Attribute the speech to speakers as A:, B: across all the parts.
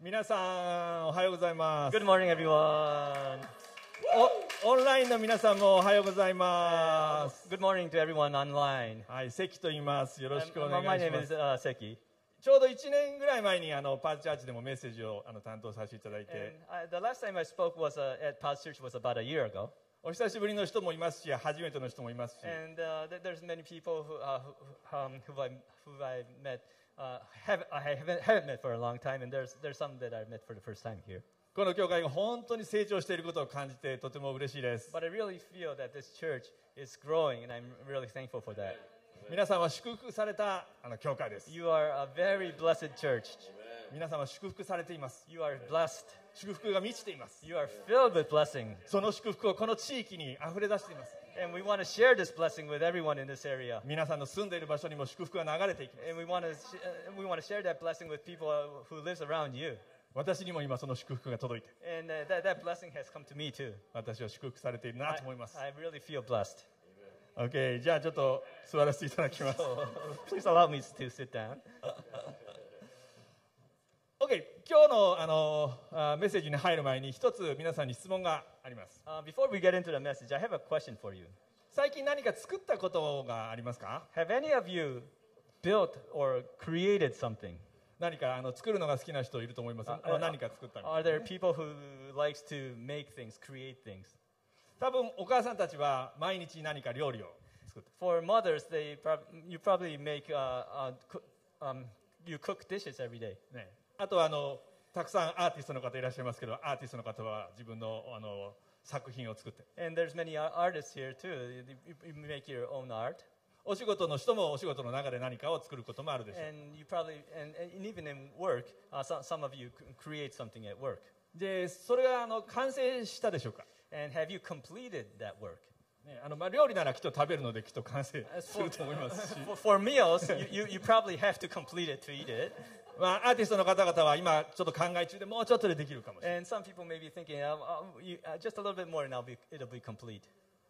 A: 皆さんおはようございます
B: Good morning, everyone.
A: おオンラインの皆さんもおはようございます
B: Uh, Good morning to everyone online.
A: はい関と言いますよろしくお
B: Um,
A: 願
B: my
A: いし
B: name
A: ます
B: is uh, Seki.
A: ちょうど1年ぐらい前にあのパーチャーチでもメッセージをあの担当させていただい
B: And
A: て
B: I, the last time I spoke was uh, at Paz Church was about a year ago.
A: お久しぶりの人もいますし初めての人もいますし
B: And uh, th- there's many people who, uh, who, um, who, I, who I met, uh, have, I haven't, haven't met for a long time, and there's, there's some that I met for the first time here.
A: この教会が本当に成長していることを感じてとても嬉しいです
B: But I really feel that this church is growing, and I'm really thankful for that.
A: 皆さんは祝福されたあの教会です
B: You are a very blessed church.
A: 皆さんは祝福されています
B: You are blessed.
A: 祝福が満ちています
B: You are filled with blessing.
A: その祝福をこの地域に溢れ出しています
B: And we want to share this blessing with everyone in this area.
A: 皆さんの住んでいる場所にも祝福が流れていきます
B: And we want to sh- uh, we want to share that blessing with people uh, who lives around you.
A: 私にも今その祝福が届いて
B: And uh, that, that blessing has come to me too.
A: 私は祝福されているな
B: I,
A: と思います
B: I really feel blessed.
A: OK じゃあちょっと座らせていただきます
B: So Oh, please allow me to sit down.
A: OK 今日のあのあメッセージに入る前に一つ皆さんに質問があります
B: Uh, before we get into the message, I have a question for you.
A: 最近何か作ったことがありますか
B: Have any of you built or created something?
A: 何かあの作るのが好きな人いると思いますあの
B: あ
A: 何か作ったの
B: Are there people who likes to make things, create things?
A: 多分お母さんたちは毎日何か料理を作って
B: For mothers, they prob- you probably make uh, uh, coo- um, you cook dishes every day.
A: ね、あとはあのたくさんアーティストの方いらっしゃいますけどアーティストの方は自分のあの作品を作って
B: And there's many ar- artists here too. You, you- you make your own art,
A: お仕事の人もお仕事の中で何かを作ることもあるでしょう
B: and you probably and, and even in work, uh, some some of you c- create something at work.
A: でそれがあの完成したでしょうか、
B: And have you completed that work?
A: ねあのまあ、料理ならきっと食べるのできっと完成
B: あ
A: す
B: そう
A: ると思いますし、
B: For, for meals, you, you, you probably have to complete it to eat it.
A: まあ、アーティストの方々は今ちょっと考え中でもうちょっとでできるかもしれない
B: And some people may be thinking, um, uh, you, uh, just a little bit more, and I'll be, it'll be complete.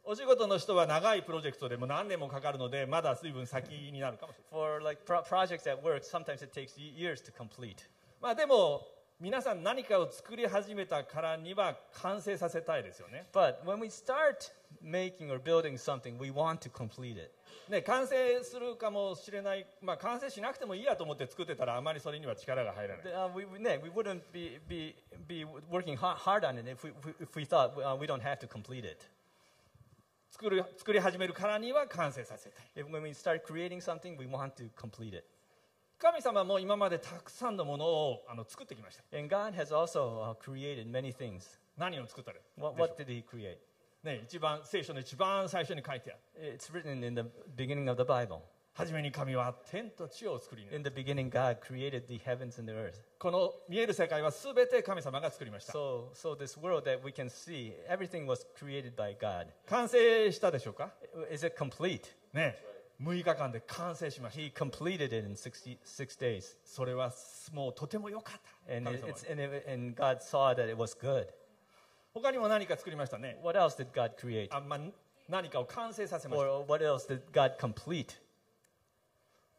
A: お仕事の人は長いプロジェクトでも何年もかかるのでまだ随分先になるかもしれない、
B: For like pro- projects at work, sometimes it takes ye- years to complete.
A: まあ、でも皆さん何かを作り始めたからには完成させたいですよね
B: But when we start making or building something, we want to complete it.
A: ね完成するかもしれない、まあ、完成しなくてもいいやと思って作ってたらあまりそれには力が入らない
B: Uh, we, we, yeah, we wouldn't be, be, be working hard, hard on it if we, we- if we thought uh, we don't have to complete it.
A: 作る作り始めるからには完成させたい
B: If, when we start creating something, we want to complete it.
A: 神様も今までたくさんのものをあの作ってきました
B: And God has also uh, created many things.
A: 何を作ったら
B: What, what did He create?
A: ね、一番聖書の一番最初に書いてある
B: It's written in the beginning of the Bible.
A: 初めに神は天と地を作りに
B: In the beginning, God created the heavens and the earth.
A: この見える世界は全て神様が作りました
B: So, so this world that we can see, everything was created by God.
A: 完成したでしょうか
B: Is it complete?
A: ね6日間で完成しました
B: He completed it in 60, six days.
A: それはもうとても良かった
B: And,
A: 神
B: it,
A: 様
B: it's, and, it, and God saw that it was good.
A: 他にも何か作りましたね
B: What else did God create?
A: あ、まあ、何かを完成させました
B: Or what else did God complete?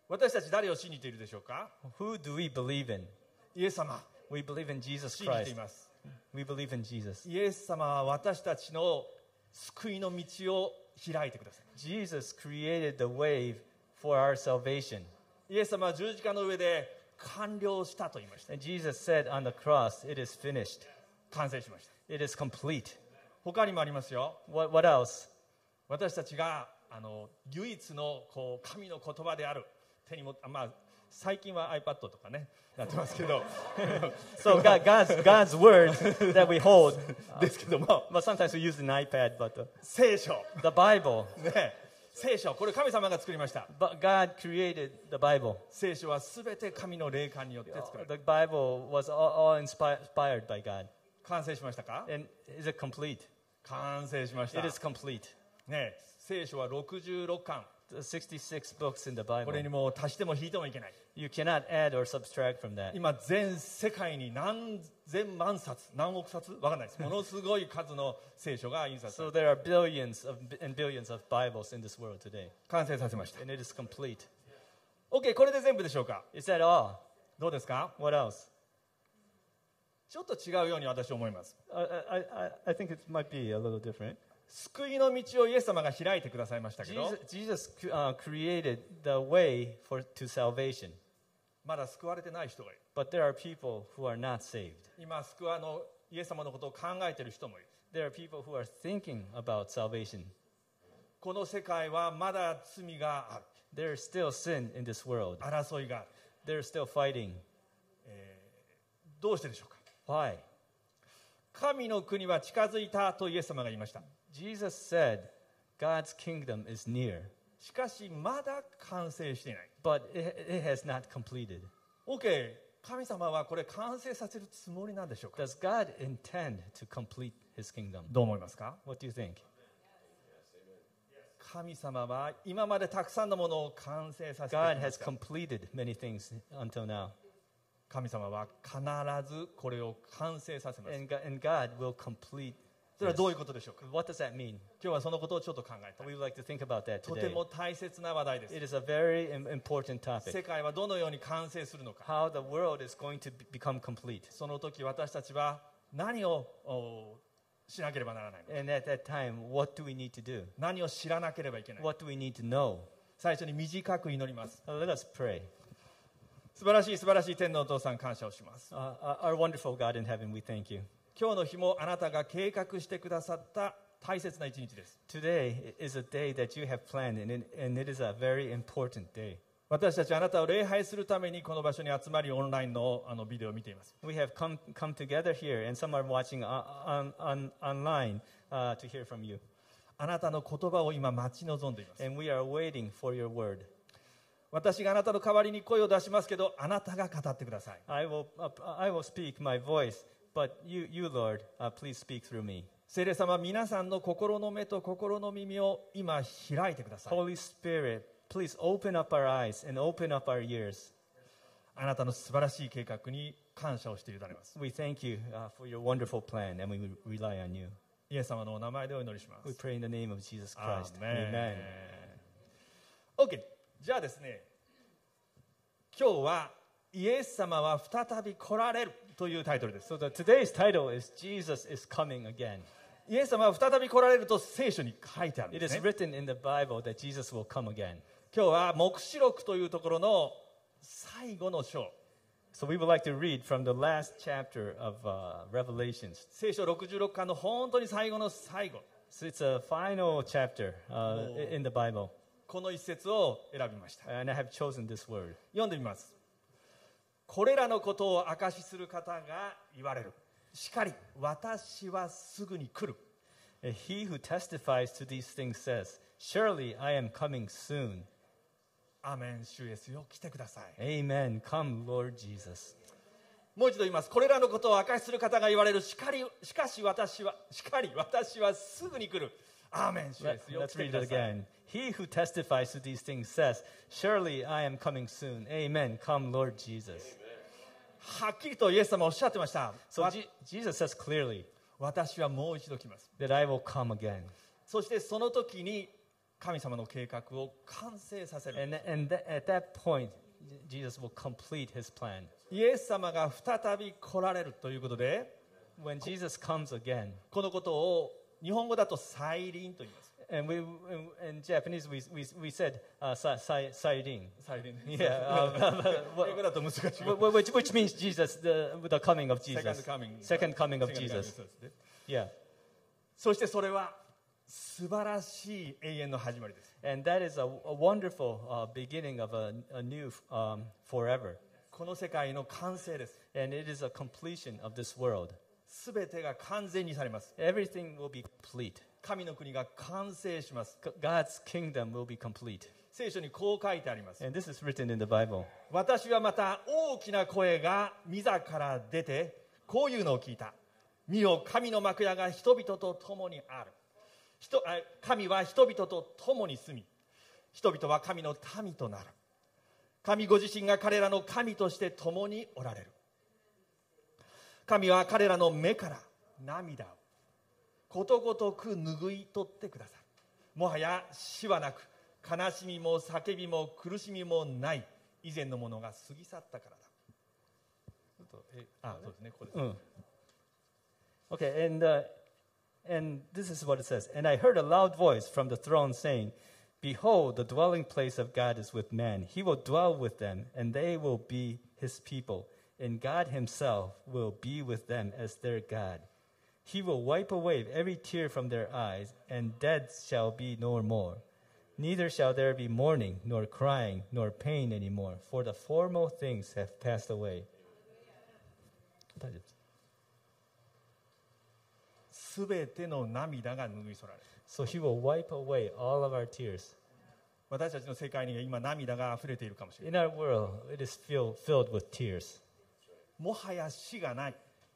A: 私たち誰を信じているでしょうか
B: Who do we believe in?
A: イエス様
B: We believe in Jesus
A: 信じて
B: Christ.
A: います、
B: We believe in Jesus.
A: イエス様は私たちの救いの道を開いてくださ
B: Jesus created the way for our salvation.
A: いイエス様は十字架の上で完了したと言いました
B: And Jesus said on the cross, It is finished.
A: 完成しました
B: It is complete.
A: 他にもありますよ
B: What, what else?
A: 私たちがあの唯一のこう神の言葉である手にもあまあ最近は iPad とかねなってますけど
B: So God, God's, God's word that we hold.
A: ですけども
B: Well, sometimes we use an iPad, but the,
A: 聖書
B: the Bible.
A: ね聖書これ神様が作りました
B: But God created the Bible.
A: 聖書は全て神の霊感によって作られた
B: The Bible was all, all inspi- inspired by God.
A: 完成しましたか
B: And is it complete?
A: 完成しました
B: It is complete.
A: ね聖書は66巻
B: The 66 uh, books in the
A: こ
B: Bible.
A: れにもう足しても引いてもいけない
B: You cannot add or subtract from that.
A: 今全世界に何千万冊何億冊わかんないですものすごい数の聖書が印刷され
B: So there are billions of, and billions of Bibles in this world today,
A: 完成させました
B: and it is complete.
A: OK これで全部でしょうか
B: Is that all?
A: どうですか
B: What else?
A: ちょっと違うように私は思います
B: I, I, I- I think it might be a little different.
A: 救いの道をイエス様が開いてくださいましたけど
B: Jesus, Jesus uh, created the way for, to salvation,
A: まだ救われてない人がいる
B: but there are people who are not saved.
A: 今救わのイエス様のことを考えている人もいる
B: There are people who are thinking about salvation.
A: この世界はまだ罪がある
B: There is still sin in this world,
A: 争いがある
B: they're still fighting.
A: どうしてでしょうか
B: Why?
A: 神の国は近づいたとイエス様が言いました
B: Jesus said, God's kingdom is near,
A: しかしまだ完成していない
B: but it, it has not completed.
A: OK 神様はこれ完成させるつもりなんでしょうか
B: Does God intend to complete his kingdom?
A: どう思いますか
B: What do you think?
A: 神様は今までたくさんのものを完成させて
B: God
A: きま
B: has
A: した
B: completed many things until now,
A: 神様は必ずこれを完成させます
B: and God, and God will complete.
A: それはどういうことでしょうか
B: What does that mean?
A: 今日はそのことをちょっと考えたい
B: We would like to think about that
A: とて
B: today.
A: も大切な話題です
B: It is a very im- important
A: 世
B: topic
A: 界はどのように完成するのか
B: how the world is going to be- become complete.
A: その時私たちは何をおしなければならないのか
B: And at that time, what do we need to do?
A: 何を知らなければいけない
B: What do we need to know?
A: 最初に短く祈ります
B: Uh, Let us pray.
A: 素晴らしい素晴らしい天のお父さん感謝をします
B: Uh, our- our wonderful God in heaven, we thank you.
A: 今日の日もあなたが計画してくださった大切な一日です
B: Today is a day that you have planned, and it, and it is a very important day.
A: 私たちはあなたを礼拝するためにこの場所に集まりオンラインのあのビデオを見ています
B: We have come, come together here, and some are watching on, on, online uh, to hear from you.
A: あなたの言葉を今待ち望んでいます
B: And we are waiting for your word.
A: 私があなたの代わりに声を出しますけどあなたが語ってください
B: I will, uh, I will speak my voice, but you, you Lord, uh, please speak through me.
A: 聖霊様皆さんの心の目と心の耳を今開いてください
B: Holy Spirit, please open up our eyes and open up our ears.
A: あなたの素晴らしい計画に感謝をして委ねます
B: We thank you uh, for your wonderful plan, and we re- rely on you.
A: イエス様のお名前でお祈りしま
B: We
A: す
B: pray in the name of Jesus
A: ア
B: Christ.
A: ーメン OK じゃあですね今日はイエス様は再び来られるというタイトルです
B: So the, today's title is Jesus is coming again.
A: イエス様は再び来られると聖書に書いてあるん
B: It
A: です
B: is
A: ね
B: written in the Bible that Jesus will come again.
A: 今日は黙示録というところの最後の章
B: So we would like to read from the last chapter of uh, Revelations.
A: 聖書66巻の本当に最後の最後
B: So it's a final chapter uh, i- in the Bible,
A: この一節を選びました
B: and I have chosen this word.
A: 読んでみますこれらのことを証しする方が言われるしかり私はすぐに来る
B: Uh, He who testifies to these things says, "Surely I am coming soon."
A: アーメン主イエスよ来てください
B: Amen. Come, Lord Jesus.
A: もう一度言いますこれらのことを証しする方が言われるしかりしかし私はしかり私はすぐに来るアーメン主イエ
B: Let,
A: スよ来
B: let's
A: てく
B: read it
A: ださい
B: again. He who testifies to these things says, "Surely I am coming soon." Amen. Come, Lord Jesus.
A: はっきりとイエス様おっしゃってました、
B: So
A: わ
B: Je- Jesus says clearly
A: 私はもう一度来ます
B: that I will come again.
A: そしてその時に神様の計画を完成させる
B: And, and th- at that point, Jesus will complete his plan.
A: イエス様が再び来られるということで
B: When Jesus comes again,
A: このことを日本語だと再臨と言います
B: and we, in, in Japanese, we, we, we said uh, sa, sai, sairin.
A: 再臨
B: Yeah, uh,
A: 英語だと難しい
B: wh- wh- which, which means Jesus, the, the coming of Jesus.
A: Second coming.
B: Second coming of
A: 違う違う
B: Jesus.
A: そうですね
B: Yeah.
A: そしてそれは素晴らしい永遠の始まりです
B: And that is a, a wonderful uh, beginning of a, a new um, forever.
A: この世界の完成です
B: And it is a completion of this world.
A: 全てが完全にされます
B: Everything will be complete.
A: 神の国が完成します
B: G- God's kingdom will be complete.
A: 聖書にこう書いてあります
B: And this is written in the Bible.
A: 私はまた大きな声が御座から出てこういうのを聞いた見よ神の幕屋が人々と共にある人あ神は人々と共に住み人々は神の民となる神ご自身が彼らの神として共におられる神は彼らの目から涙をことごとく拭い取ってくださいもはや死はなく悲しみも叫びも苦しみもない以前のものが過ぎ去ったからだあそうですねここです
B: Mm. Okay, and, uh, and this is what it says. And I heard a loud voice from the throne saying, Behold, the dwelling place of God is with man. He will dwell with them, and they will be his people. And God himself will be with them as their God. He will wipe away every tear from their eyes, and death shall be no more. Neither shall there be mourning, nor crying, nor pain anymore, for the former things have passed away. 大丈夫です
A: すべての涙が拭い去られる
B: So he will wipe away all of our tears.
A: 私たちの世界には今涙が溢れているかもしれない
B: In our world, it is filled, filled with tears.
A: もはや死がない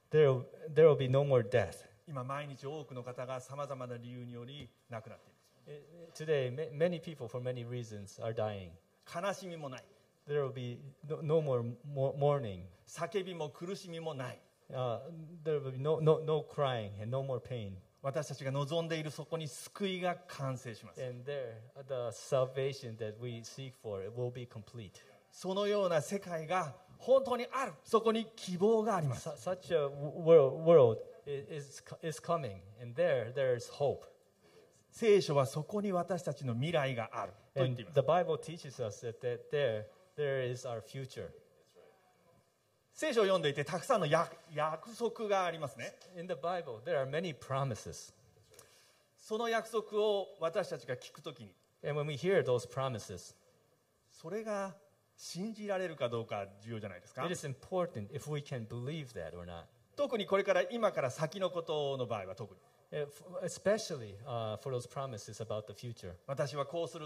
B: There, there will be no more death.
A: 今毎日多くの方がさまざまな理由により亡くなっていま
B: Eh, Today, ma- many people, for many reasons, are dying.
A: す悲しみもない
B: There will be no, no more mo- mourning.
A: 叫びも苦しみもない
B: Uh, there will be no, no, no crying and no more pain.
A: 私たちが望んでいるそこに救いが完成します
B: And there, the salvation that we seek for it will be complete.
A: そのような世界が本当にあるそこに希望があります
B: Su- Such a world, world i- is, co- is coming, and there, there is hope.
A: 聖書はそこに私たちの未来があると言っ
B: And
A: ています
B: the Bible teaches us that, that there, there is our future.
A: 聖書を読んでいてたくさんの約約束がありますね
B: In the Bible, there are many promises.
A: その約束を私たちが聞くときに
B: And when we hear those promises,
A: それが信じられるかどうか重要じゃないですか
B: it is important if we can believe that or not.
A: 特にこれから今から先のことの場合は特に
B: Eh, f- Especially uh, for those promises about the future.
A: 私はこうする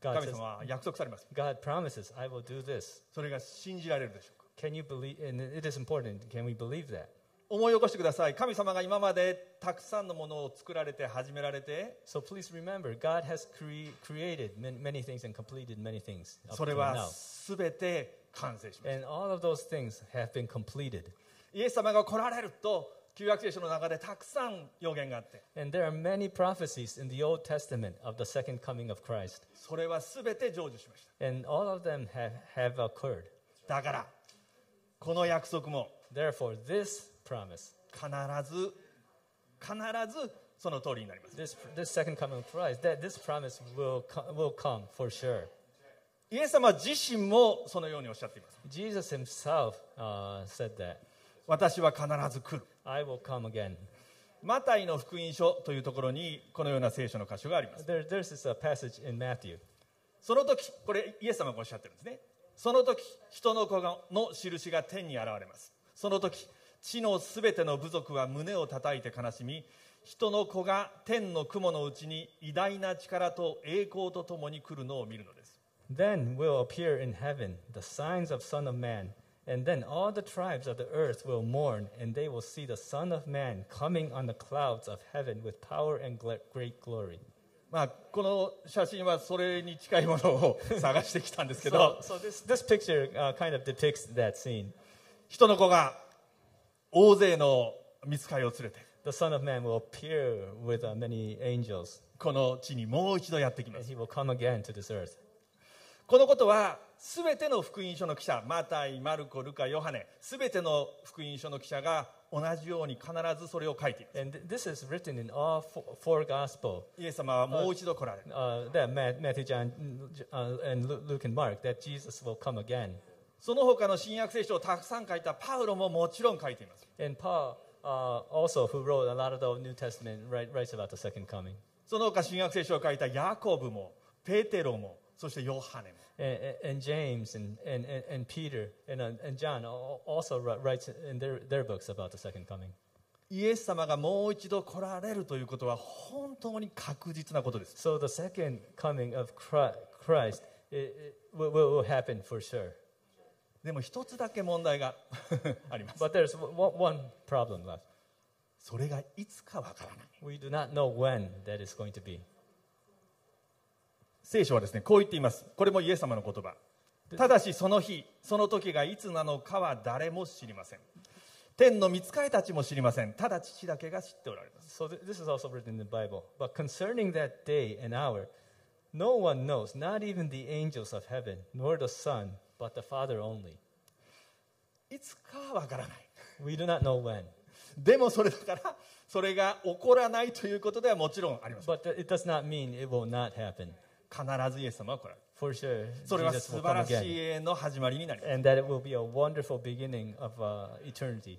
B: God
A: 神
B: says-
A: 様は約束されますよ
B: God promises, I will do this.
A: それが信じられるでしょうか
B: Can you believe? And it is important. Can we believe that?
A: 思い起こしてください神様が今までたくさんのものを作られて始められて
B: So please remember, God has cre- created man- many things and completed many things. up
A: それ
B: till
A: は
B: now.
A: 全て完成します
B: And all of those things have been completed.
A: イエス様が来られると旧約聖書の中でたくさん予言があって
B: And there are many prophecies in the Old Testament of the second coming of Christ.
A: それは全て成就しまし
B: And all of them have, have occurred.
A: ただからこの約束も
B: Therefore, this promise,
A: 必ず必ずその通りになります
B: this, this second coming of Christ, that this promise will, co- will come for sure.
A: イエス様自身もそのようにおっしゃっています
B: Jesus himself uh, said that,
A: 私は必ず来る
B: I will come again.
A: マタイの福音書というところにこのような聖書の箇所があります
B: There, there's this uh, passage in Matthew.
A: その時これイエス様がおっしゃってるんですねその時人の子の印が天に現れますその時地のすべての部族は胸を叩いて悲しみ人の子が天の雲のうちに偉大な力と栄光とともに来るのを見るのです
B: Then will appear in heaven the signs of Son of Man, and then all the tribes of the earth will mourn, and they will see the Son of Man coming on the clouds of heaven with power and gla- great glory.
A: まあこの写真はそれに近いものを探してきたんですけ
B: So,
A: ど
B: so this, this picture uh, kind of depicts that scene.
A: 人の子が大勢の見つかりを連れて
B: The Son of Man will appear with uh, many angels,
A: この地にもう一度やってきます
B: and he will come again to this earth.
A: このことは全ての福音書の記者マタイマルコルカヨハネ全ての福音書の記者が同じように必ずそれを書いている
B: And th- this is written in all four, four Gospels
A: イエス様はもう一度来られる
B: uh, that Ma- Matthew, John, uh, and Lu- Luke, and Mark, that Jesus will come again.
A: その他の新約聖書をたくさん書いたパウロももちろん書いています
B: And Paul, uh, also, who wrote a lot of the New Testament, write, writes about the second coming.
A: その他新約聖書を書いたヤコブもペテロもそしてヨハネも
B: And, and- and James and, and, and and Peter and, uh, and John al- also wri- writes in their, their books about the second coming.
A: イエス様がもう一度来られるということは本当に確実なことです
B: So the second coming of Chri- Christ i i- will, will will happen for sure.
A: でも一つだけ問題が あります
B: But there's o- one, one problem left.
A: それがいつかわからない
B: We do not know when that is going to be.
A: 聖書はですねこう言っていますこれもイエス様の言葉ただしその日その時がいつなのかは誰も知りません天の御使いたちも知りませんただ父だけが知っておられます
B: So th- this is also written in the Bible. But concerning that day and hour, no one knows, not even the angels of heaven, nor the Son, but the Father only.
A: いつかはわからない
B: We do not know when.
A: でもそれだから、それが起こらないということではもちろんありません。
B: But it does not mean it will not happen.
A: 必ずイエス様は来られる。
B: For sure,
A: それは
B: Jesus
A: 素
B: will
A: 晴
B: come
A: らし
B: again.
A: い永遠の始まりになります。
B: and that it will be a wonderful beginning of uh, eternity.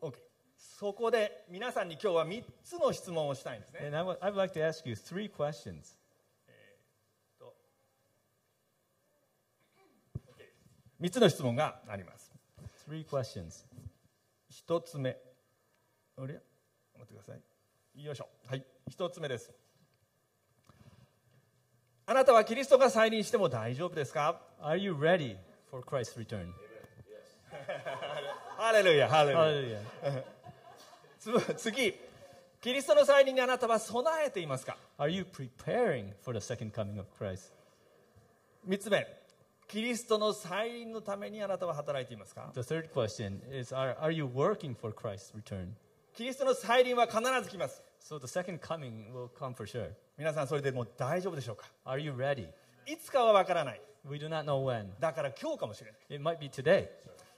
A: OK そこで皆さんに今日は3つの質問をしたいんですね。
B: And I would I'd like to ask you three questions.
A: 3つの質問があります。
B: Three questions.
A: 一つ目あれ待ってくださいよいしょはい一つ目ですあなたはキリストが再臨しても大丈夫ですか
B: Are you ready for Christ's return?
A: ハレルヤハレルヤつ
B: Hallelujah.
A: 次キリストの再臨にあなたは備えていますか
B: Are you preparing for the second coming of Christ?
A: 三つ目キリストの再臨のためにあなたは働いていますか
B: The third question is Are, are you working for Christ's return?
A: キリストの再臨は必ず来ます
B: So the second coming will come for sure.
A: 皆さんそれでもう大丈夫でしょうか
B: Are you ready?
A: いつかは分からない
B: We do not know when.
A: だから今日かもしれない
B: It might be today.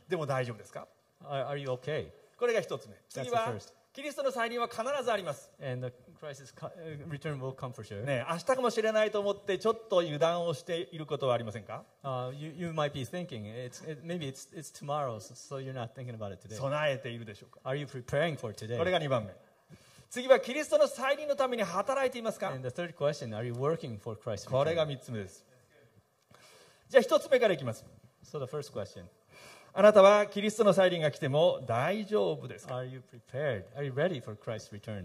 A: でも大丈夫ですか
B: Are, are you okay?
A: これが一つ目次は
B: That's the first.
A: キリストの再臨は必ずあります
B: And the Christ's co- uh, return will come for sure.
A: ねえ、明日かもしれないと思ってちょっと油断をしていることはありませんか
B: Uh, you, you might be thinking it's it, maybe it's it's tomorrow, so, so you're not thinking about it today.
A: 備えているでしょうか
B: Are you preparing for
A: これ
B: today?
A: が2番目次はキリストの再臨のために働いていますか
B: And the third question: Are you working for Christ?
A: これが3つ目ですじゃあ1つ目からいきます
B: So the first question:
A: あなたはキリストの再臨が来ても大丈夫ですか
B: Are you prepared? Are you ready for Christ's return?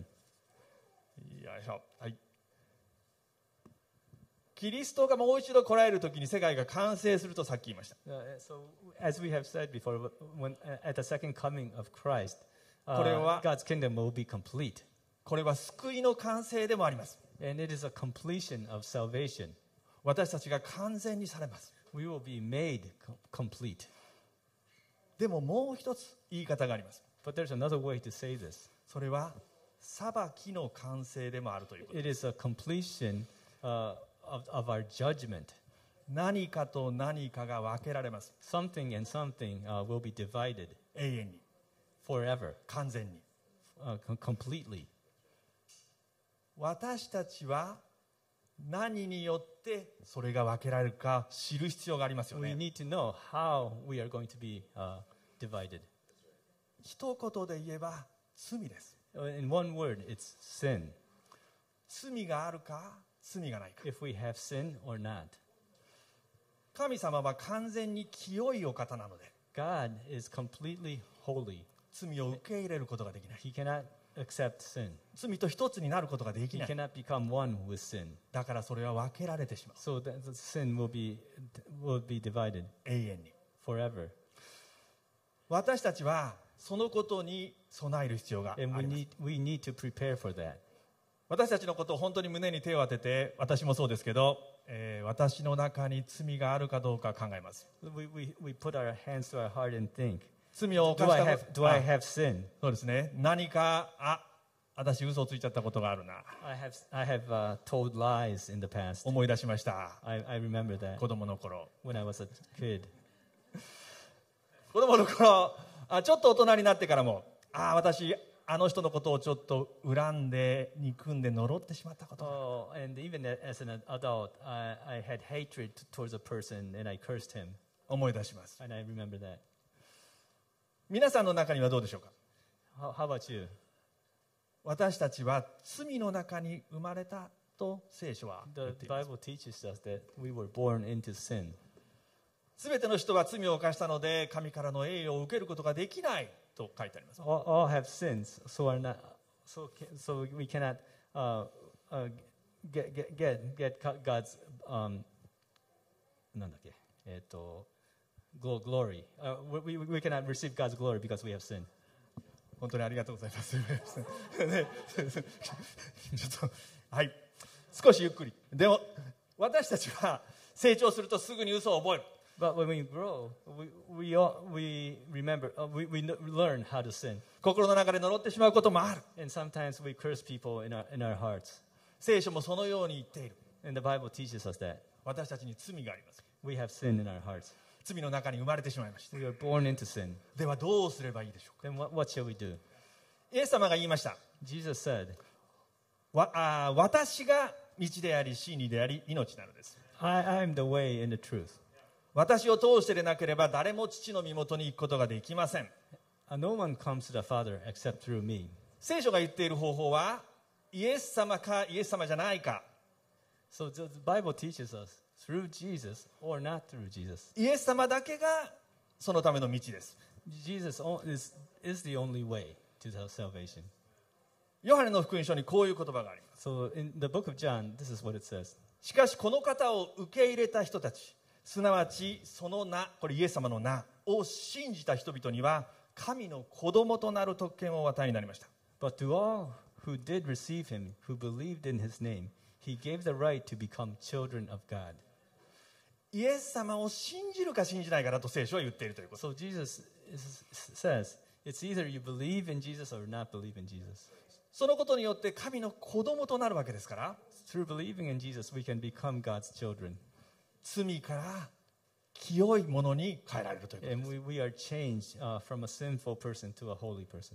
A: よいしょはいキリストがもう一度来られる時に世界が完成するとさっき言いました
B: Uh, so as we have said before, wh- when uh, at the second coming of Christ, uh,
A: これは-
B: God's kingdom will be complete,
A: これは救いの完成でもあります
B: and it is a completion of salvation.
A: 私たちが完全にされます
B: We will be made co- complete.
A: でももう一つ言い方があります
B: But there's another way to say this.
A: それは裁きの完成でもあるということ
B: It is a completion uh, of, of our judgment.
A: 何かと何かが分けられます
B: Something and something uh, will be divided
A: 永遠に
B: forever,
A: 完全に
B: uh, com- completely.
A: 私たちは何によってそれが分けられるか知る必要がありますよ
B: We
A: ね
B: need to know how we are going to be uh, divided.
A: 一言で言えば罪です
B: Uh, In one word, it's sin.
A: 罪があるか罪がないか
B: If we have sin or not,
A: 神様は完全に清いお方なので
B: God is completely holy.
A: 罪を受け入れることができない
B: He cannot accept sin.
A: 罪と一つになることができ
B: He
A: ない
B: cannot become one with sin.
A: だからそれは分けられてしまう
B: So that the sin will be will be divided
A: 永遠に
B: forever.
A: 私たちはそのことに備える必要があり
B: And
A: ま
B: we
A: す
B: need we need to prepare for that.
A: 私たちのことを本当に胸に手を当てて私もそうですけど、えー私の中に罪があるかどうか考えます
B: We, we, we put our hands to our heart and think,
A: 罪を
B: do
A: 犯し
B: I
A: た
B: have,
A: こと
B: do I
A: あ
B: have sin?
A: そうですね何かあ私嘘をついちゃったことがあるな
B: I have, I have uh, told lies in the past.
A: 思い出しました
B: I, I remember that
A: 子供の頃
B: when I was a kid.
A: 子供の頃あちょっと大人になってからもああ私あの人のことをちょっと恨んで憎んで呪ってしまったことが
B: Oh, and even a- as an adult, I, I had hatred towards a person and I cursed him.
A: 思い出します
B: And I remember that.
A: 皆さんの中にはどうでしょうか
B: How, how about you?
A: 私たちは罪の中に生まれたと聖書は言っ
B: The
A: ています
B: Bible teaches us that we were born into sin.
A: すべての人は罪を犯したので神からの栄誉を受けることができないと書いてあります
B: All, all have sins, so are not, so ca- so we cannot uh, uh, get get get get co- God's um, なんだっけ、えっと、glo- glory. Uh, we, we we cannot receive God's glory because we have sin.
A: 本当にありがとうございますねちょっとはい少しゆっくりでも私たちは成長するとすぐに嘘を覚える
B: But when we grow, we we all, we remember uh, we we kn- learn how to sin,
A: 心の中で呪ってしまうこともある
B: and sometimes we curse people in our in our hearts.
A: 聖書もそのように言っている
B: And the Bible teaches us that
A: 私たちに罪があります
B: we have sin in our hearts.
A: 罪の中に生まれてしまいました
B: We are born into sin.
A: ではどうすればいいでしょうか
B: Then what what shall we do?
A: イエス様が言いました
B: Jesus said,
A: わあー私が道であり真理であり命なのです
B: I am the way and the truth.
A: 私を通してでなければ誰も父の身元に行くことができません
B: Uh, No one comes to the Father except through me.
A: 聖書が言っている方法はイエス様かイエス様じゃないか
B: So the the Bible teaches us through Jesus or not through Jesus.
A: イエス様だけがそのための道です
B: Jesus o- is, is the only way to the salvation.
A: ヨハネの福音書にこういう言葉があります
B: So in the book of John, this is what it says.
A: しかしこの方を受け入れた人たちすなわちその名これイエス様の名を信じた人々には神の子供となる特権をお与えになりました
B: But to all who did receive him, who believed in his name, he gave the right to become children of God.
A: イエス様を信じるか信じないかだと聖書は言っているということ
B: So Jesus is, says, it's either you believe in Jesus or not believe in Jesus.
A: そのことによって神の子供となるわけですから
B: Through believing in Jesus, we can become God's children.
A: 罪から清いものに変えられるということ
B: And we, we are changed uh, from a sinful person to a holy person.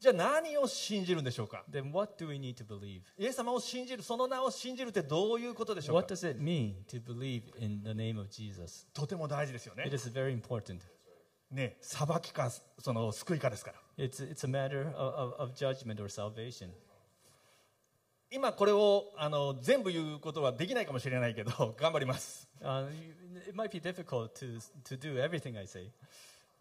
A: じゃあ何を信じるんでしょうか
B: Then what do we need to believe?
A: イエス様を信じるその名を信じるってどういうことでしょう
B: What
A: か
B: does it mean to believe in the name of Jesus?
A: とても大事ですよ
B: It
A: ね
B: is very important.
A: ね裁きかその救いかですから
B: It's, it's a matter of, of, of judgment or salvation.
A: 今これをあの全部言うことはできないかもしれないけど 頑張ります
B: Uh, you, it might be difficult to, to do everything I say.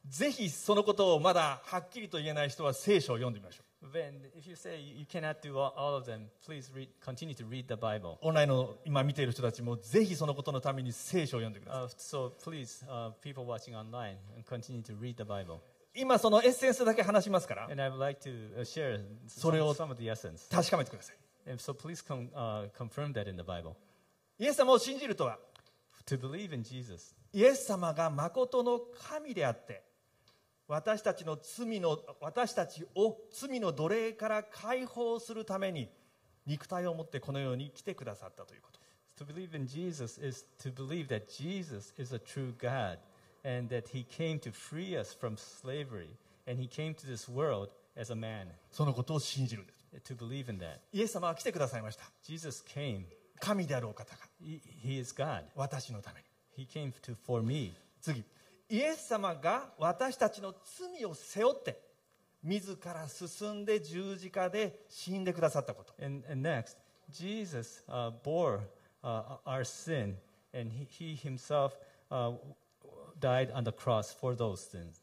A: ぜひそのことをまだはっきりと言えない人は聖書を読んでみましょ
B: Then, if you say you cannot do all, all of them, please read, continue to read the Bible.
A: うオンラインの今見ている人たちもぜひそのことのために聖書を読んでください
B: Uh, so, please, uh, people watching online, and continue to read the Bible.
A: 今そのエッセンスだけ話しますから
B: And I would like to uh, share
A: Soreo-
B: some, some of the essence.
A: 確かめてください
B: And so, please com- uh, confirm that in the Bible.
A: イエス様を信じるとは
B: To believe in Jesus,
A: イエス様が誠の神であって私たちの罪の私たちを罪の奴隷から解放するために肉体を持ってこの世に来てくださったということ
B: to believe in Jesus is to believe that Jesus is a true God and that he came to free us from slavery and he came to this world as a man
A: そのことを信じるんです
B: to believe in that.
A: イエス様は来てくださいました
B: Jesus came.
A: 神であるお方が
B: He, he is God.
A: 私のために
B: He came to for me.
A: 次イエス様が私たちの罪を背負って自ら進んで十字架で死んでくださったこと
B: And, and next, Jesus uh, bore uh, our sin, and he, he himself uh, died on the cross for those sins.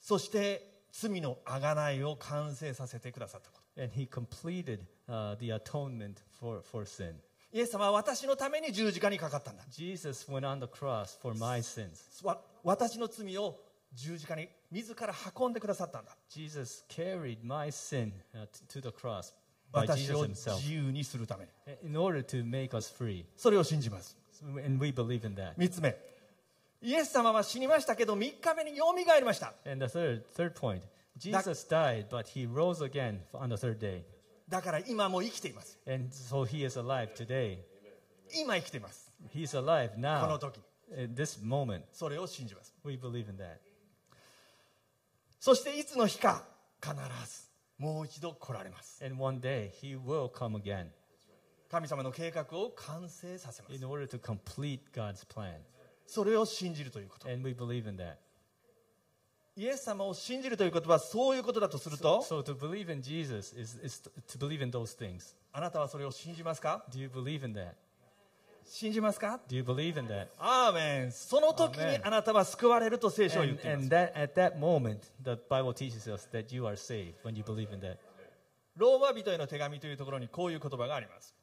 A: そして罪の贖いを完成させてくださったこと
B: And he completed uh, the atonement for, for sin.
A: イエス様は私のために十字架にかかったんだ
B: Jesus went on the cross for my sins.
A: わ私の罪を十字架に自ら運んでくださったんだ
B: Jesus carried my sin uh, t- to the cross by
A: 私
B: Jesus
A: を
B: himself
A: 自由にするために
B: in order to make us free.
A: それを信じます
B: So- And we believe in that.
A: 3つ目イエス様は死にましたけど3日目によみがえりました
B: And the third, third point Jesus died, but he rose again on the third day.
A: だから今も生きています
B: And so he is alive today.
A: 今生きています
B: He's alive
A: この
B: now.
A: 時
B: In this moment,
A: それを信じます
B: we believe in that.
A: そしていつの日か必ずもう一度来られます
B: And one day, he will come again
A: 神様の計画を完成させま
B: in
A: す
B: order to complete God's plan.
A: それを信じるということ
B: And we believe in that.
A: イエス様を信じるということはそういうことだとすると
B: So to believe in Jesus is, is to believe in those things.
A: あなたはそれを信じますか
B: Do you believe in that?
A: 信じますか
B: Do you believe in that?
A: アーメンその時にあなたは救われると聖書は言って
B: And,
A: います
B: and that at that moment, the Bible teaches us that you are saved when you believe in that.
A: ローマ人への手紙というところにこういう言葉があります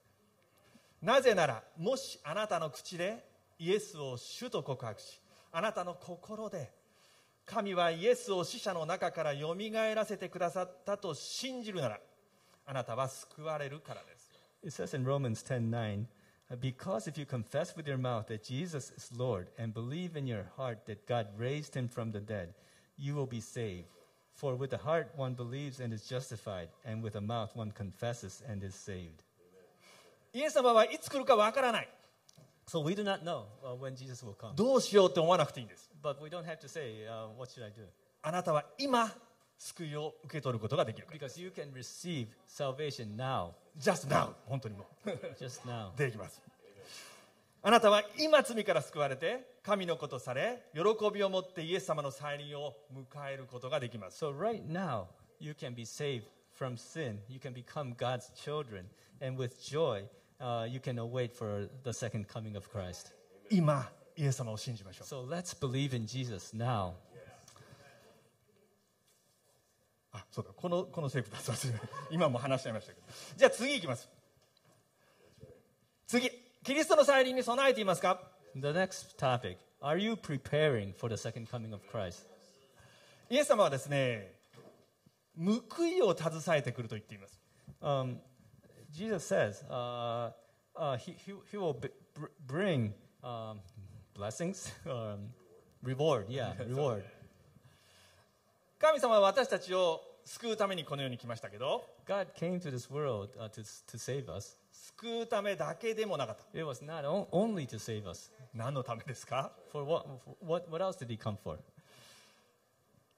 A: なぜならもしあなたの口でイエスを主と告白しあなたの心で神はイエスを死者の中からよみがえらせてくださったと信じるならあなたは救われるからです
B: It says in Romans 10:9, because if you confess with your mouth that Jesus is Lord and believe in your heart that God raised him from the dead, you will be saved. For with the heart one believes and is justified, and with the mouth one confesses and is saved.
A: イエス様はいつ来るかわからない
B: So we do not know uh, when Jesus will come,
A: どうしようって思わなくていいんです
B: but we don't have to say, uh, "What should I do?"
A: あなたは今救いを受け取ることができるから
B: because you can receive salvation now,
A: just now 本当にもう
B: just now.
A: できますあなたは今罪から救われて神の子とされ喜びを持ってイエス様の再臨を迎えることができます
B: So right now, you can be saved from sin. You can become God's children, and with joy, uh, you can await for the second coming of Christ.
A: 今イエス様を信じましょう
B: So let's believe in Jesus now.
A: あそうだこのこのセリフだそうですね今も話しちゃいましたけどじゃあ次いきます次キリストの再臨に備えていますか
B: The next topic: Are you preparing for the second coming of Christ?
A: イエス様はですね報いを携えてくると言っています
B: Um, Jesus says uh, uh, he, he, he will b- br- bring um, blessings, um, reward, yeah, reward.
A: 神様は私たちを救うためにこの世に来ましたけど
B: God came to this world uh, to, to save us.
A: 救うためだけでもなかった
B: It was not on, only to save us.
A: 何のためですか
B: For what, what, what else did he come for?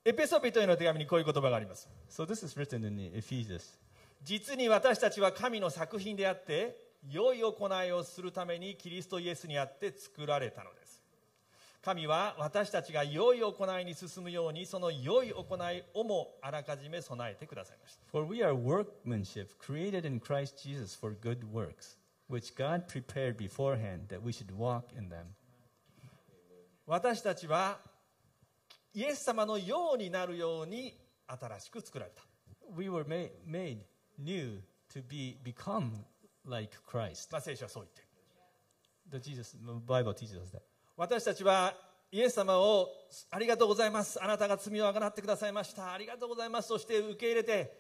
A: エペソビトへの手紙にこういう言葉があります
B: So this is written in Ephesians.
A: 実に私たちは神の作品であって良い行いをするためにキリストイエスにあって作られたのです神は私たちが良い行いに進むようにその良い行いをもあらかじめ備えてくださいました
B: For we are workmanship created in Christ Jesus for good works, which God prepared beforehand that we should walk in them.
A: 私たちはイエス様のようになるように新しく作られた
B: We were made, made new to be become like Christ.
A: まあ聖書はそう言っている
B: The Jesus the Bible teaches us that.
A: 私たちはイエス様をありがとうございますあなたが罪をあがなってくださいましたありがとうございますとして受け入れて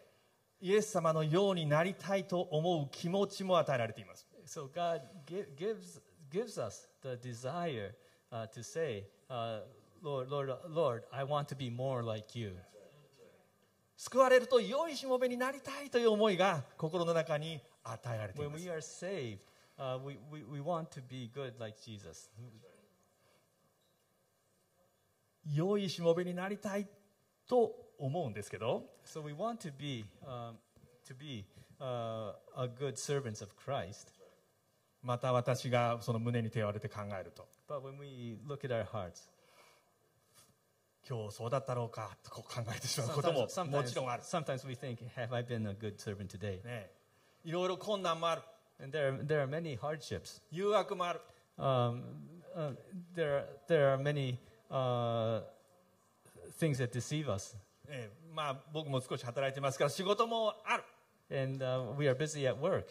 A: イエス様のようになりたいと思う気持ちも与えられています
B: So God gi- gives gives us the desire uh, to say, uh, Lord, Lord, uh, Lord, I want to be more like you.
A: 救われると良いしもべになりたいという思いが心の中に与えられてい
B: When
A: ます
B: we are saved, uh, we, we, we want to be good like Jesus.
A: 良いしもべになりたいと思うんですけど
B: So we want to be um, to be uh, a good servants of Christ.
A: また私がその胸に手を当てて考えると
B: But when we look at our hearts,
A: 今日そうだったろうかとこう考えてしまうことも
B: sometimes,
A: も
B: sometimes,
A: ちろんある、
B: sometimes we think, have I been a good servant today?
A: ね、いろいろ困難もある
B: And there are, there are many hardships.
A: 誘惑もある
B: Um, uh, there, are- there are many uh, things that deceive us.
A: ええまあ、僕も少し働いてますから仕事もある、
B: And uh, we are busy at work.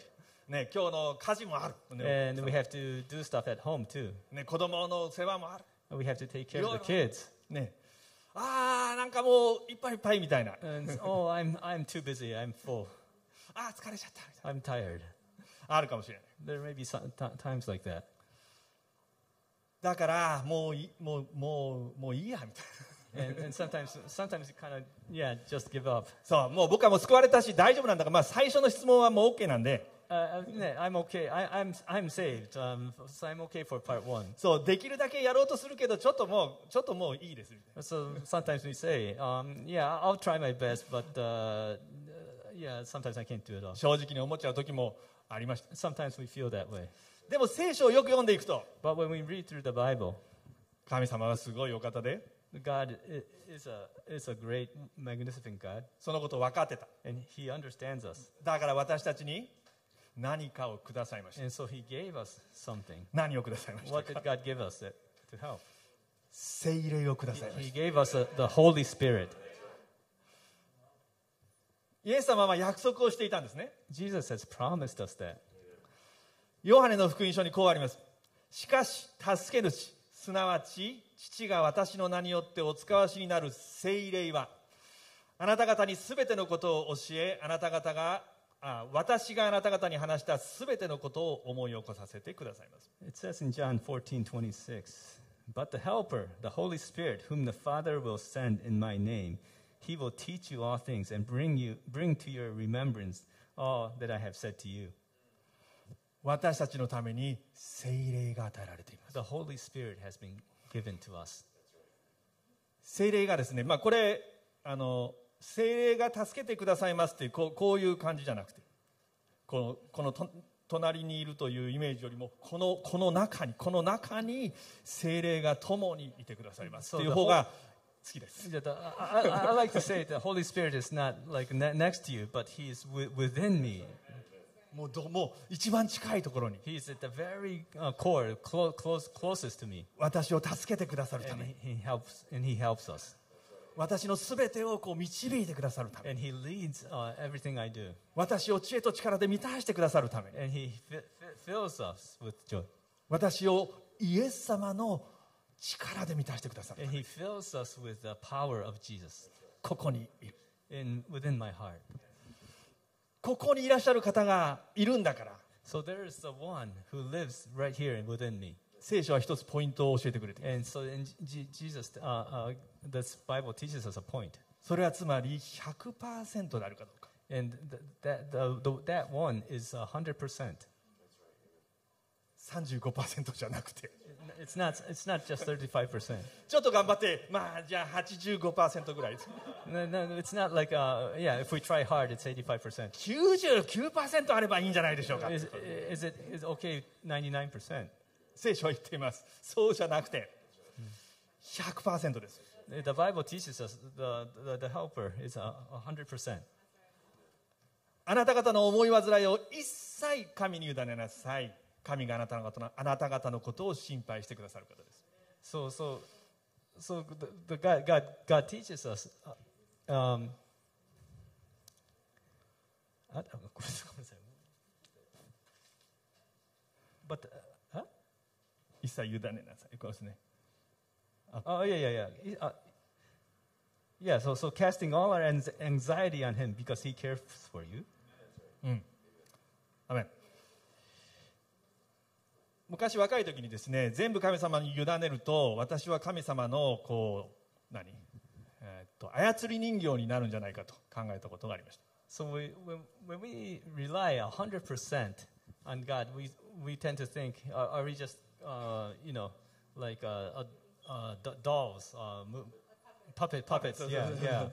A: ね、今日の家事もある、ね
B: And we have to do stuff at home too.
A: ね子供の世話もある、
B: And we have to take care of the
A: You're-
B: kids.
A: ね、ああなんかもういっぱいいっぱいみたいな
B: And oh, I'm, I'm too busy. I'm full.
A: ああ疲れちゃったみたい
B: I'm tired.
A: なあるかもしれない
B: There may be some t- times like that.
A: だからもういもうもうもういいやみたいな
B: And, and sometimes, sometimes you kind of, yeah, just give up.
A: そうもう僕はもう救われたし大丈夫なんだから、まあ、最初の質問はもう OK なんで
B: Uh, Uh, yeah, I'm okay. I, I'm, I'm saved. Um, so I'm okay for part one.
A: そうできるだけやろうとするけどちょっともうちょっともういいですみたいな
B: So sometimes we say, um, yeah, I'll try my best, but uh, uh, yeah, sometimes I can't do it all.
A: 正直に思っちゃう時もありました
B: Sometimes we feel that way.
A: でも聖書をよく読んでいくと
B: But when we read through the Bible,
A: 神様はすごいお方で
B: God i- is a, is a great, magnificent God,
A: そのことを分かってた
B: and He understands us.
A: だから私たちに何かをくださいました。
B: And so He gave us something.
A: 何をくださいました
B: What
A: か
B: did God give us that, to help?
A: 聖霊をくださいま
B: He
A: した。
B: gave us a, the Holy Spirit.
A: イエス様は約束をしていたんですね。
B: Jesus has promised us that.
A: ヨハネの福音書にこうあります。しかし、助け主、すなわち、父が私の名によってお使わしになる聖霊は、あなた方にすべてのことを教え、あなた方が、あ私があなた方に話したすべてのことを思い起こさせてくださいます。
B: It says in John 14, 26, But the Helper, the Holy Spirit, whom the Father will send in my name, he will teach you all things and bring, you, bring to your remembrance all that I have said to you.
A: 私たちのために聖霊が与えられています。
B: The Holy Spirit has been given to us.
A: 聖霊がですね、まあ、これあの精霊が助けてくださいますっていうこうこういう感じじゃなくてこのこのと隣にいるというイメージよりもこのこの中にこの中に精霊が共にいてくださいます
B: そ
A: と
B: うだ
A: いう方が好きです。
B: Yeah, the- I, I, I like to say the Holy Spirit is not like ne- next to you, but He is wi- within me.
A: もうどもう一番近いところに
B: He is at the very uh, core, clo- close, closest to me,
A: 私を助けてくださるた
B: and
A: めに
B: he, he helps. And He helps us,
A: 私のすべてをこう導いてくださるために
B: and He leads uh, everything I do,
A: 私を知恵と力で満たしてくださるために
B: and He fi- fi- fills us with joy,
A: 私をイエス様の力で満たしてくださる
B: and He fills us with the power of Jesus
A: ここにいる
B: in within my heart.
A: ここにいらっしゃる方がいるんだから
B: So there is the one who lives right here within me.
A: 聖書は一つポイントを教えてくれている
B: And so in J- Jesus, uh, uh, this Bible teaches us a point.
A: それはつまり100%であるかどうか
B: And th- that, the, the, that one is 100%.
A: 35%じゃなくて
B: It's not, it's not just 35%.
A: ちょっと頑張ってまあじゃあ85%ぐらい
B: No, no, it's not like, uh, yeah, if we try hard, it's 85%.
A: 99%あればいいんじゃないでしょうか
B: Is, is it is okay 99%?
A: 聖書は言っていますそうじゃなくて100%です
B: The Bible teaches us the, the, the helper is uh, 100%.
A: あなた方の思い煩いを一切神に委ねなさい神があなた方のあなた方のことを心配してくださる方です
B: So, so, so the, the God, God, God teaches us. uh, Um, I don't know. but, uh, huh?
A: 一切委ねなさいこうですね
B: Oh yeah, yeah, yeah. He- uh, yeah. So, so casting all our anx- anxiety on Him because He cares for you.
A: アメン昔若い時にですね全部神様に委ねると私は神様のこう何、えーっと操り人形になるんじゃないかと考えたことがありました
B: So we, when, when we rely hundred percent on God, we we tend to think, uh, are we just uh, you know like uh, uh, uh, d- dolls, uh, mo- puppet puppets? Yeah, yeah.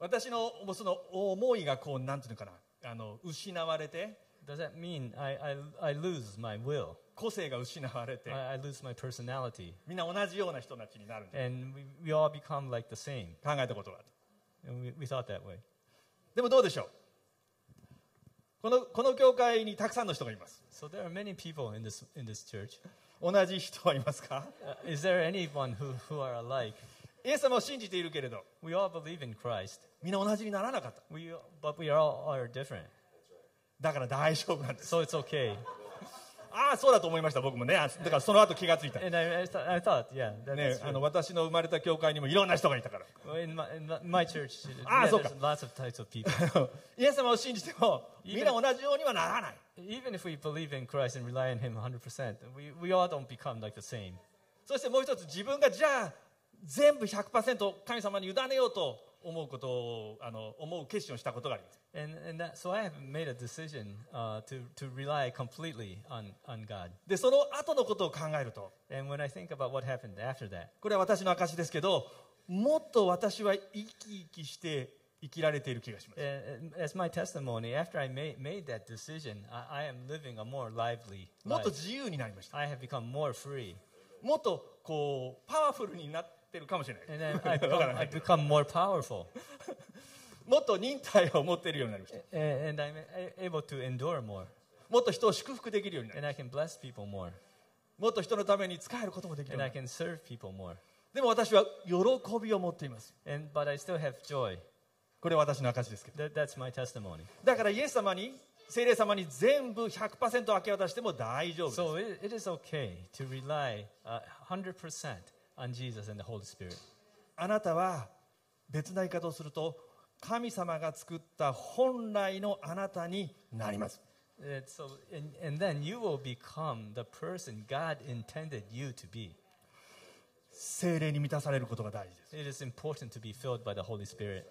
A: 私のもうその思いがこうなんていうのかなあの失われて
B: Does that mean I, I, I lose my will?
A: 個性が失われて
B: I, I lose my personality,
A: みんな同じような人たちになるんじゃ
B: and we, we all become like the same.
A: 考えたことがある
B: And we, we thought that way.
A: でもどうでしょうこのこの教会にたくさんの人がいます
B: So there are many people in this in this church.
A: 同じ人はいますか
B: Uh, is there anyone who, who are alike?
A: イエス様を信じているけれど
B: We all believe in Christ.
A: みんな同じにならなかった
B: We but we all are different.
A: だから大丈夫なんです
B: So it's okay.
A: ああそうだと思いました僕もねあだからその後気がついた、ね、
B: And I, I, thought, I thought, yeah, that, that's
A: あ
B: true.
A: の私の生まれた教会にもいろんな人がいたから
B: Well, in, my, in my- my church,
A: Ah,
B: yeah,
A: so
B: there's
A: ka.
B: lots of types of people.
A: イエス様を信じても
B: い
A: み
B: い
A: ん
B: ね
A: な同じようにはならない
B: Even if we believe in Christ and rely on Him 100%, we, we all don't become like the same.
A: そしてもう一つ自分がじゃあ全部100%神様に委ねようと思うことをあの思う決心をしたことがあります
B: And, and that, so I have made a decision uh, to, to rely completely on, on God.
A: でその後のことを考えると
B: And when I think about what happened after that,
A: これは私の証ですけどもっと私は生き生きして生きられている気がします
B: and, and as my testimony, after I made, made that decision, I, I am living a more lively
A: もっと
B: life.
A: 自由になりました
B: I have become more free.
A: もっとこうパワフルになってるかもしれない
B: And then I
A: わから
B: become,
A: な
B: I
A: い
B: become more powerful.
A: もっと忍耐を持っているようになりました
B: And, and I'm a- able to endure more.
A: もっと人を祝福できるようになり
B: And I can bless people more.
A: もっと人のために使えることもできるよう
B: And
A: にな
B: I
A: る
B: can serve people more.
A: でも私は喜びを持っています
B: And, but I still have joy.
A: これは私の証ですけど
B: That, that's my testimony.
A: だからイエス様に聖霊様に全部100%明け渡しても大丈夫です
B: So it, it is okay to rely uh, 100% on Jesus and the Holy Spirit.
A: あなたは別な言い方をすると神様が作った本来のあなたになります
B: And, so, and, and then you will become the person God intended you to be.
A: 精霊に満たされることが大事です
B: It is important to be filled by the Holy Spirit.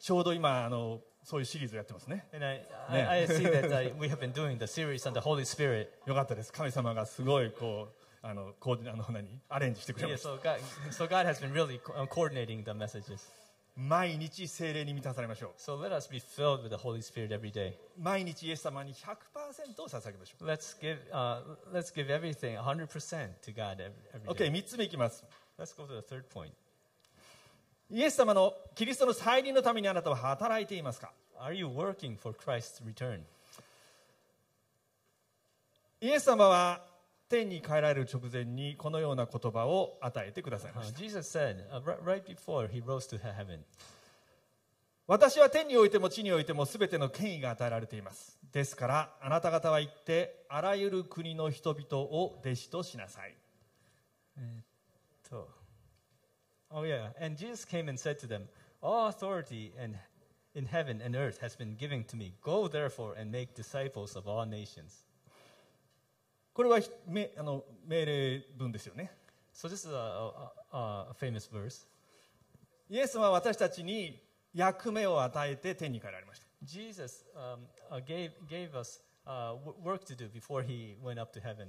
A: ちょうど今あのそういうシリーズをやってますね
B: And I,
A: Yeah.
B: I, I see that I, we have been doing the series on the Holy Spirit.
A: よかったです神様がすごいこうあのこうあの何アレンジしてくれ
B: Yeah,
A: ました
B: so God, so God has been really co- uh, coordinating the messages.
A: 毎日精霊に満たされましょう
B: So let us be filled with the Holy Spirit every day.
A: 毎日イエス様に100%を捧げましょ
B: Let's give, uh, let's give everything 100% to God every, every
A: う
B: day.
A: OK3 つ目いきます
B: Let's go to the third point.
A: イエス様のキリストの再臨のためにあなたは働いていますか
B: Are you working for Christ's return?
A: イエス様は天に帰られる直前にこのような言葉を与えてくださいま
B: Uh,
A: した
B: Jesus said uh, ri- right before he rose to he- heaven,
A: 私は天においても地においても全ての権威が与えられていますですからあなた方は行ってあらゆる国の人々を弟子としなさい
B: So- Oh, yeah. And Jesus came and said to them, All authority and in heaven and earth has been given to me. Go therefore and make disciples of all nations.
A: これはひめあの命令文ですよね
B: So, this is a, a, a a famous verse.
A: イエス様は私たちに役目を与えて天に帰られました
B: Jesus um, uh, gave, gave us uh, w- work to do before he went up to heaven.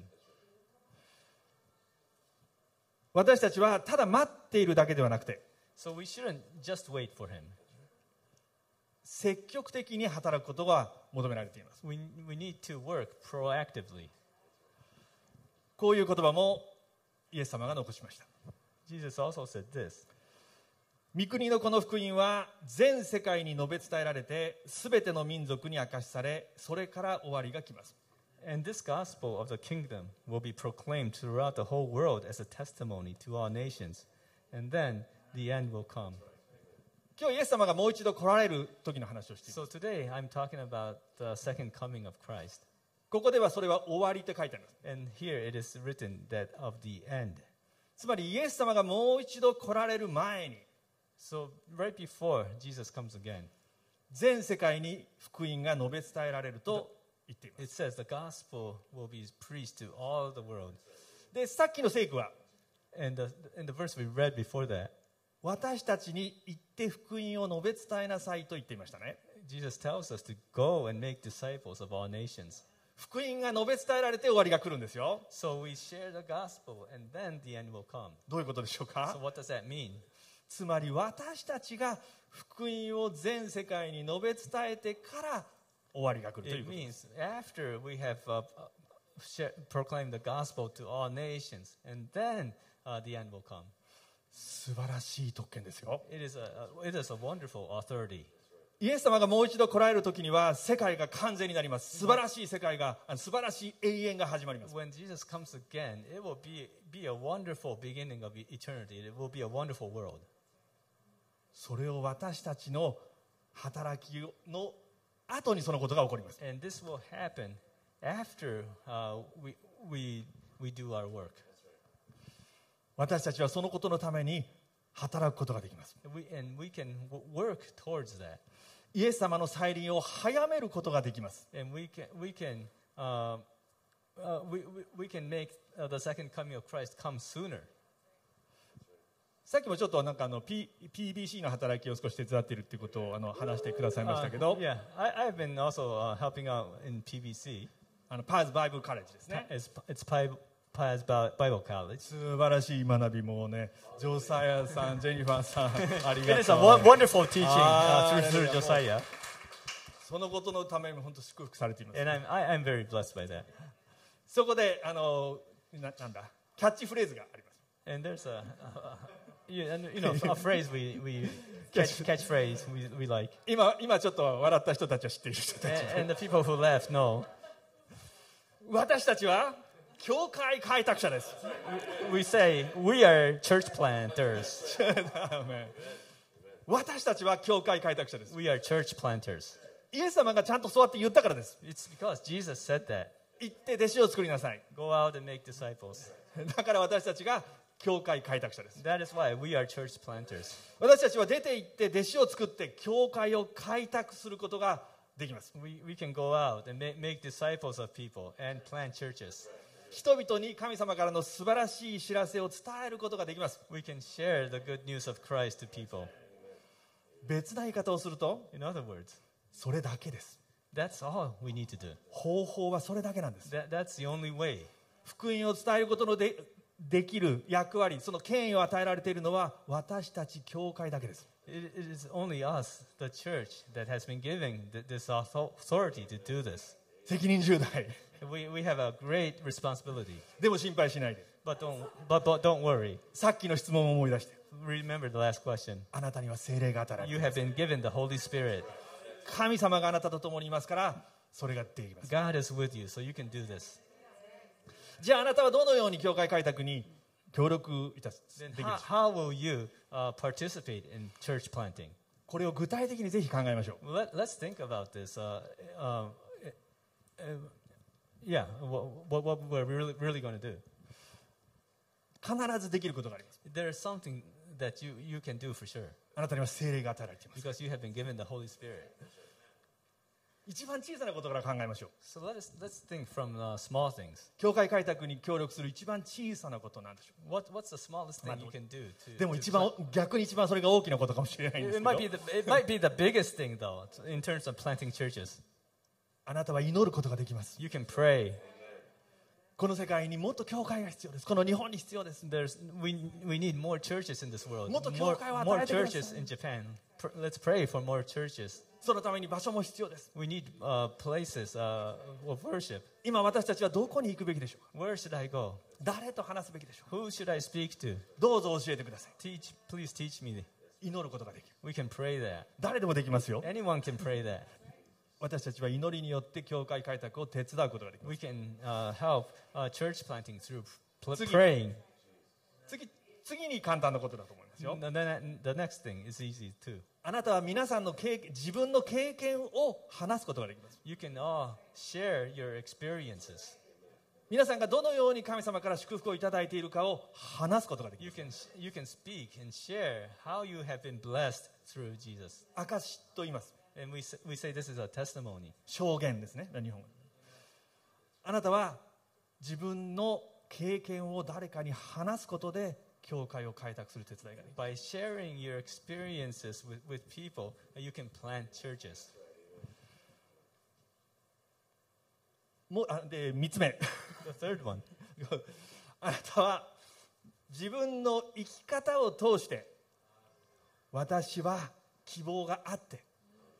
A: 私たちはただ待っているだけではなくて
B: So, we shouldn't just wait for him.
A: 積極的に働くことが求められています
B: We, we need to work proactively.
A: こういう言葉もイエス様が残しました
B: Jesus also said this
A: 御国のこの福音は全世界に述べ伝えられて全ての民族に明かしされそれから終わりが来ます
B: And this gospel of the kingdom will be proclaimed throughout the whole world as a testimony to all nations. And then the end will come.
A: 今日イエス様がもう一度来られる時の話をしています
B: So today I'm talking about the second coming of Christ.
A: ここではそれは終わりって書いてあります
B: And here it is written that of the end.
A: つまりイエス様がもう一度来られる前に
B: So right before Jesus comes again,
A: 全世界に福音が述べ伝えられると言っています
B: it says the gospel will be preached to all the world.
A: でさっきの聖句は
B: And the, and the verse we read before that,
A: 私たちに行って福音を述べ伝えなさいと言っていましたね
B: Jesus tells us to go and make disciples of all nations.
A: 福音が述べ伝えられて終わりが来るんですよ
B: So we share the gospel and then the end will come.
A: どういうことでしょう
B: So
A: か
B: what does that mean?
A: つまり私たちが福音を全世界に述べ伝えてから終わりが来るという
B: It
A: ことです
B: means after we have uh, share, proclaimed the gospel to all nations, and then uh, the end will come.
A: 素晴らしい特権ですよ
B: It is a, a it is a wonderful authority.
A: イエス様がもう一度来られる時には世界が完全になります素晴らしい世界があの素晴らしい永遠が始まります
B: When Jesus comes again, it will be be a wonderful beginning of e- eternity. It will be a wonderful world.
A: それを私たちの働きの後にそのことが起こります
B: And this will happen after uh, we we we do our work.
A: 私たちはそのことのために働くことができます
B: And we and we can w- work towards that.
A: イエス様の再臨を早めることができます
B: and we can we can um, uh, we, we, we can make uh, the second coming of Christ come sooner.
A: さっきもちょっとなんかあの、P、PBC の働きを少し手伝っているっていうことをあの話してくださいまし
B: Uh,
A: たけど、
B: yeah, I, I've been also uh, helping out in PBC.
A: あのパーズバイブルカレッジですね
B: It's it's Pi- Pi's Bi- Bible College.
A: 素晴らしい学びもねジョサヤさんジェニファーさんあ り
B: It
A: が
B: is a
A: とう
B: wo- wonderful teaching uh,
A: Ah,
B: through, through
A: yeah.
B: Josiah,
A: そのことのために本当祝福されています
B: and I'm I, I'm very blessed by that.
A: そこであのななんだキャッチフレーズがあります
B: And there's a, you, and, you know a phrase we we catch catchphrase we, we like,
A: 今今ちょっと笑った人たちは知っている人たち
B: and, and the people who left know
A: 私たちは教会開拓者です
B: we say we are church planters.
A: 私たちは教会開拓者です
B: We are church planters.
A: イエス様がちゃんとそうやって言ったからです
B: It's because Jesus said that.
A: 行って弟子を作りなさい
B: Go out and make disciples.
A: だから私たちが教会開拓者です
B: That is why we are church planters.
A: 私たちは出て行って弟子を作って教会を開拓することができます
B: We, we can go out and make, make disciples of people and plant churches.
A: 人々に神様からの素晴らしい知らせを伝えることができます
B: We can share the good news of Christ to people.
A: 別な言い方をすると
B: In other words,
A: それだけです
B: that's all we need to do.
A: 方法はそれだけなんです
B: That, that's the only way.
A: 福音を伝えることのでできる役割その権威を与えられているのは私たち教会だけです
B: It, it is only us, the church, that has been given th- this author- authority to do this.
A: 責任重大
B: We, we have a great responsibility,
A: でも心配しないで
B: but don't, but, but don't worry.
A: さっきの質問を思い出して
B: Remember the last question.
A: あなたには精霊が働
B: You
A: く
B: have been given the Holy Spirit.
A: 神様があなたと共にいますからそれができます
B: God is with you, so you can do this.
A: じゃああなたはどのように教会開拓に協力いたす
B: Then
A: できるでしょう
B: how, how will you uh, participate in church planting?
A: これを具体的にぜひ考えましょう
B: Let, let's think about this. Uh, um, uh, uh, yeah, what, what, what we're really, really going to do.
A: 必ずできることがあります
B: There is something that you, you can do for sure
A: あなたには精霊が働いています
B: because you have been given the Holy Spirit.
A: 一番小さなことから考えましょう
B: So let us, let's think from uh, small things.
A: 教会開拓に協力する一番小さなことなんでしょ
B: What, what's the smallest thing you can do
A: う
B: to,
A: でも
B: to
A: 一番逆に一番それが大きなことかもしれないんです
B: It
A: け
B: might be
A: ど
B: the it might be the biggest thing though in terms of planting churches.
A: あなたは祈ることができます
B: You can pray.
A: この世界にもっと教会が必要ですこの日本に必要です
B: There's we we need more churches in this world.
A: もっと
B: More,
A: 教会を与えてください。
B: more churches in Japan. Pr- let's pray for more churches.
A: そのために場所も必要です
B: We need uh, places uh, of worship.
A: 今私たちはどこに行くべきでしょうか
B: Where should I go?
A: 誰と話すべきでしょうか
B: Who should I speak to?
A: どうぞ教えてくださ
B: Teach, please teach me.
A: い祈ることができる
B: We can pray that.
A: 誰でもできますよ
B: Anyone can pray that.
A: 私たちは祈りによって教会開拓を手伝うことができます
B: We can uh, help uh, church planting through pl-
A: Tsugi.
B: praying.
A: 次次に簡単なことだと思いますよ
B: And then the next thing is easy too.
A: あなたは皆さんの経験自分の経験を話すことができます
B: You can all share your experiences.
A: 皆さんがどのように神様から祝福をいただいているかを話すことができ
B: You
A: る
B: can you can speak and share how you have been blessed through Jesus.
A: 証と言います
B: And we say, we say this is a testimony.
A: 証言ですね日本語であなたは自分の経験を誰かに話すことで教会を開拓する手伝いができる
B: By sharing your experiences with, with people, you can plant churches.
A: もうあで3つ目
B: The third one,
A: あなたは自分の生き方を通して私は希望があって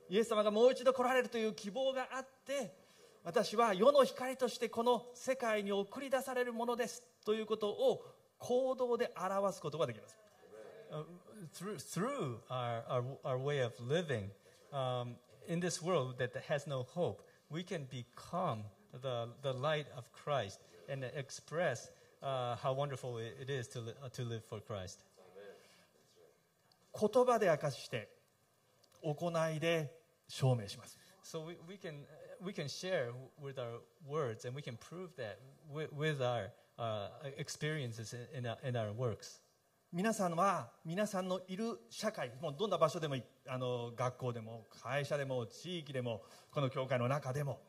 A: イエス様がもう一度来られるという希望があって私は世の光としてこの世界に送り出されるものですということを行動で表すことができます
B: uh, through through our our, our way of living um, in this world that has no hope, we can become the the light of Christ and express uh, how wonderful it it is to li- uh, to live for Christ.
A: 言葉で明かしして行いで証明します
B: So we, we can we can share with our words, and we can prove that with, with our uh, experiences in, in, our, in our works.
A: 皆さんは皆さんのいる社会もうどんな場所でもいいあの学校でも会社でも地域でもこの教会の中でも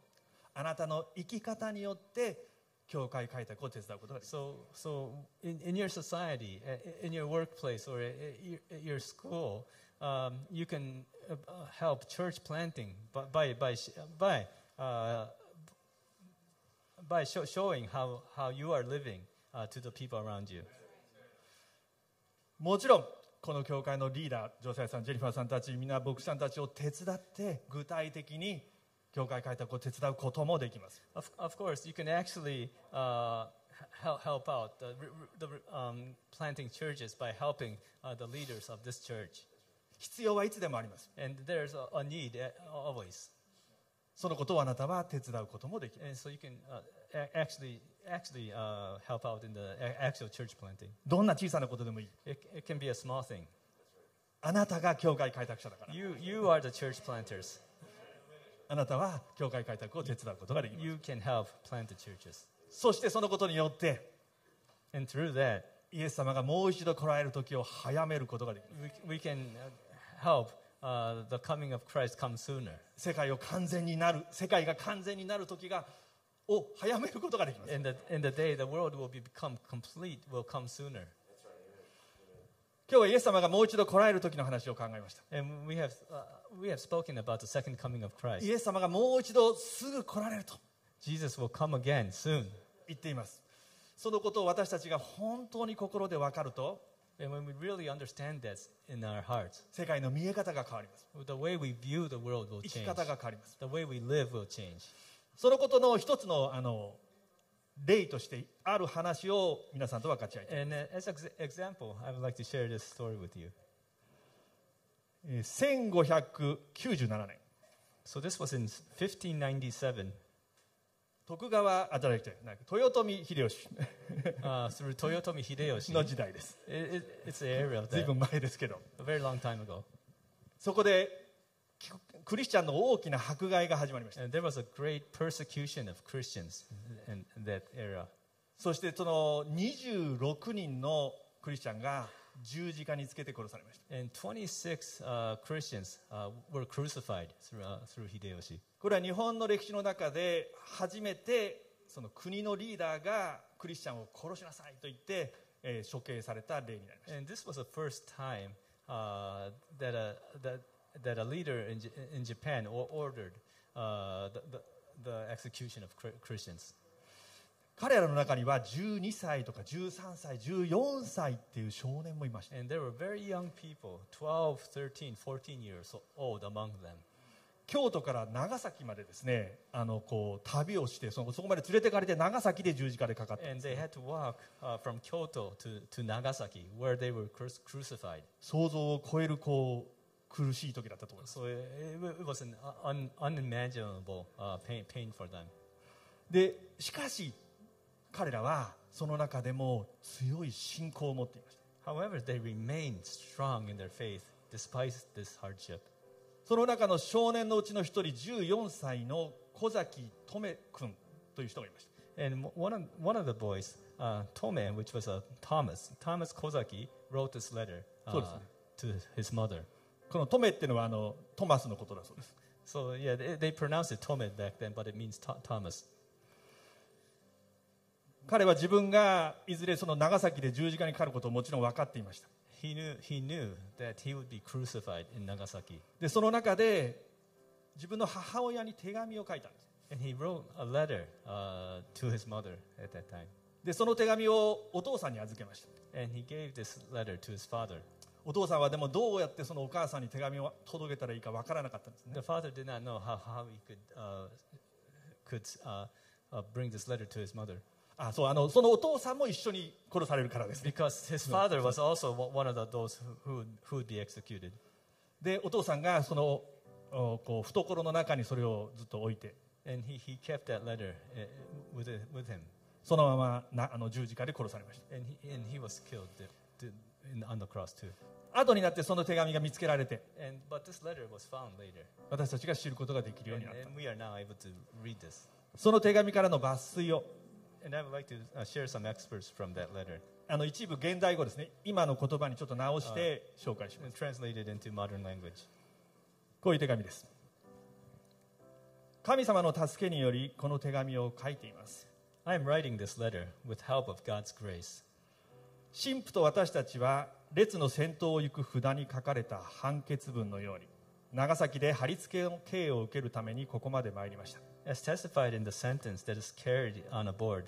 A: あなたの生き方によって教会開拓を手伝うことができます
B: So so in, in your society, uh, in your workplace, or at your, at your school, um, you can uh, uh, help church planting by by by sh- by, uh, by show, showing how, how you are living uh, to the people around you.
A: もちろんこの教会のリーダージョセフさんジェニファーさんたちみんな牧師さんたちを手伝って具体的に教会開拓を手伝うこともできます
B: Of, of course, you can actually uh, help, help out the, re- re- the re- um, planting churches by helping uh, the leaders of this church.
A: 必要はいつでもあります
B: And there's a, a need uh, always.
A: そのことをあなたは手伝うこともできます
B: And so you can uh, a- actually, actually uh, help out in the a- actual church planting.
A: どんな小さなことでもいい
B: It, it can be a small thing.
A: あなたが教会開拓者だから
B: You, you are the church planters.
A: あなたは教会開拓を手伝うことができます
B: You can help plant the churches.
A: そしてそのことによって、
B: And through that,
A: イエス様がもう一度来られる時を早めることができる。
B: we, we can uh, help uh, the coming of Christ come sooner.
A: 世界を完全になる、世界が完全になる時が、を早めることができます。
B: In the, in the day, the world will be become complete, will come sooner.
A: 今日はイエス様がもう一度来られる時の話を考えました。
B: And we have, uh, we have spoken about the second coming of Christ.
A: イエス様がもう一度すぐ来られると
B: Jesus will come again soon.
A: 言っています。そのことを私たちが本当に心で分かると、
B: And when we really understand that in our hearts,
A: 世界の見え方が変わります
B: the way we view the world will
A: 生き
B: change.
A: 方が変わります
B: The way we live will change.
A: そのことの一つのあの例としてある話を皆さんと分かち合いたい
B: And uh, as an example, I would like to share this story with you.
A: えー1597年
B: So this was in 1597
A: 徳川あじゃなくてなんか豊臣秀吉
B: uh, through Toyotomi Hideyoshi.
A: の時代です。
B: It, it, it's an area of
A: ずい
B: that,
A: ぶん前ですけど、
B: a very long time ago.
A: そこできクリスチャンの大きな迫害が始まりました。
B: And there was a great persecution of Christians in, in that era.
A: そしてその26人のクリスチャンが十字架につけて殺されました。
B: And 26 uh, Christians uh, were crucified through, uh, through Hideyoshi.
A: これは日本の歴史の中で初めてその国のリーダーがクリスチャンを殺しなさいと言って、えー処刑された例になりました。
B: And this was the first time uh, that, a, that, that a leader in, J- in Japan or ordered uh, the, the, the execution of Chri- Christians.
A: 彼らの中には12歳とか13歳、14歳っていう少年もいました。
B: And there were very young people, 12, 13, 14 years old among them.
A: 京都から長崎までですねあのこう旅をしてそのそこまで連れてかれて長崎で十字架でかかって
B: And they had to walk uh, from Kyoto to, to Nagasaki, where they were cru- crucified.
A: 想像を超えるこう苦しい時だったと思います
B: So it, it wa- it was an un, unimaginable uh, pain, pain for them.
A: でしかし彼らはその中でも強い信仰を持っていました
B: However, they remained strong in their faith despite this hardship.
A: その中の少年のうちの一人14歳の小崎留君という人がいました
B: And w- one of, one of the boys, uh, Tome, which was a Thomas, Thomas Kozaki, wrote this letter uh,
A: そうですね。
B: to his mother.
A: この留っていうのはあのトマスのことだそうです
B: So yeah, they, they pronounced it Tome back then, but it means Tho- Thomas.
A: 彼は自分がいずれその長崎で十字架にかかることをもちろん分かっていました
B: He knew he knew that he would be crucified in Nagasaki,
A: でその中で自分の母親に手紙を書いたんです
B: and he wrote a letter uh, to his mother at that time,
A: でその手紙をお父さんに預けました
B: and he gave this letter to his father.
A: お父さんはでもどうやってそのお母さんに手紙を届けたらいいかわからなかったんですね
B: The father did not know how, how he could uh, could uh, uh, bring this letter to his mother
A: あそうあのそのお父さんも一緒に殺されるからですね
B: because his father was also o- one of the, those who- who would, who would be executed.
A: でお父さんがそのおこう懐の中にそれをずっと置いて
B: And he, he kept that letter uh, with, it- with him,
A: そのままなあの十字架で殺されまし
B: and he, and he was killed th- th- in, on the cross too.
A: た後になってその手紙が見つけられて
B: And but this letter was found later,
A: 私たちが知ることができるよう
B: and,
A: になった
B: and we are now able to read this.
A: その手紙からの抜粋を
B: And I would like to uh, share some excerpts from that letter
A: あの一部現代語ですね今の言葉にちょっと直して紹介します
B: and translated into modern language.
A: こういう手紙です。神様の助けによりこの手紙を書いています。
B: I am writing this letter with help of God's grace.
A: 神父と私たちは列の先頭を行く札に書かれた判決文のように長崎で貼り付けの刑を受けるためにここまで参りました。
B: As testified in the sentence that is carried on a board,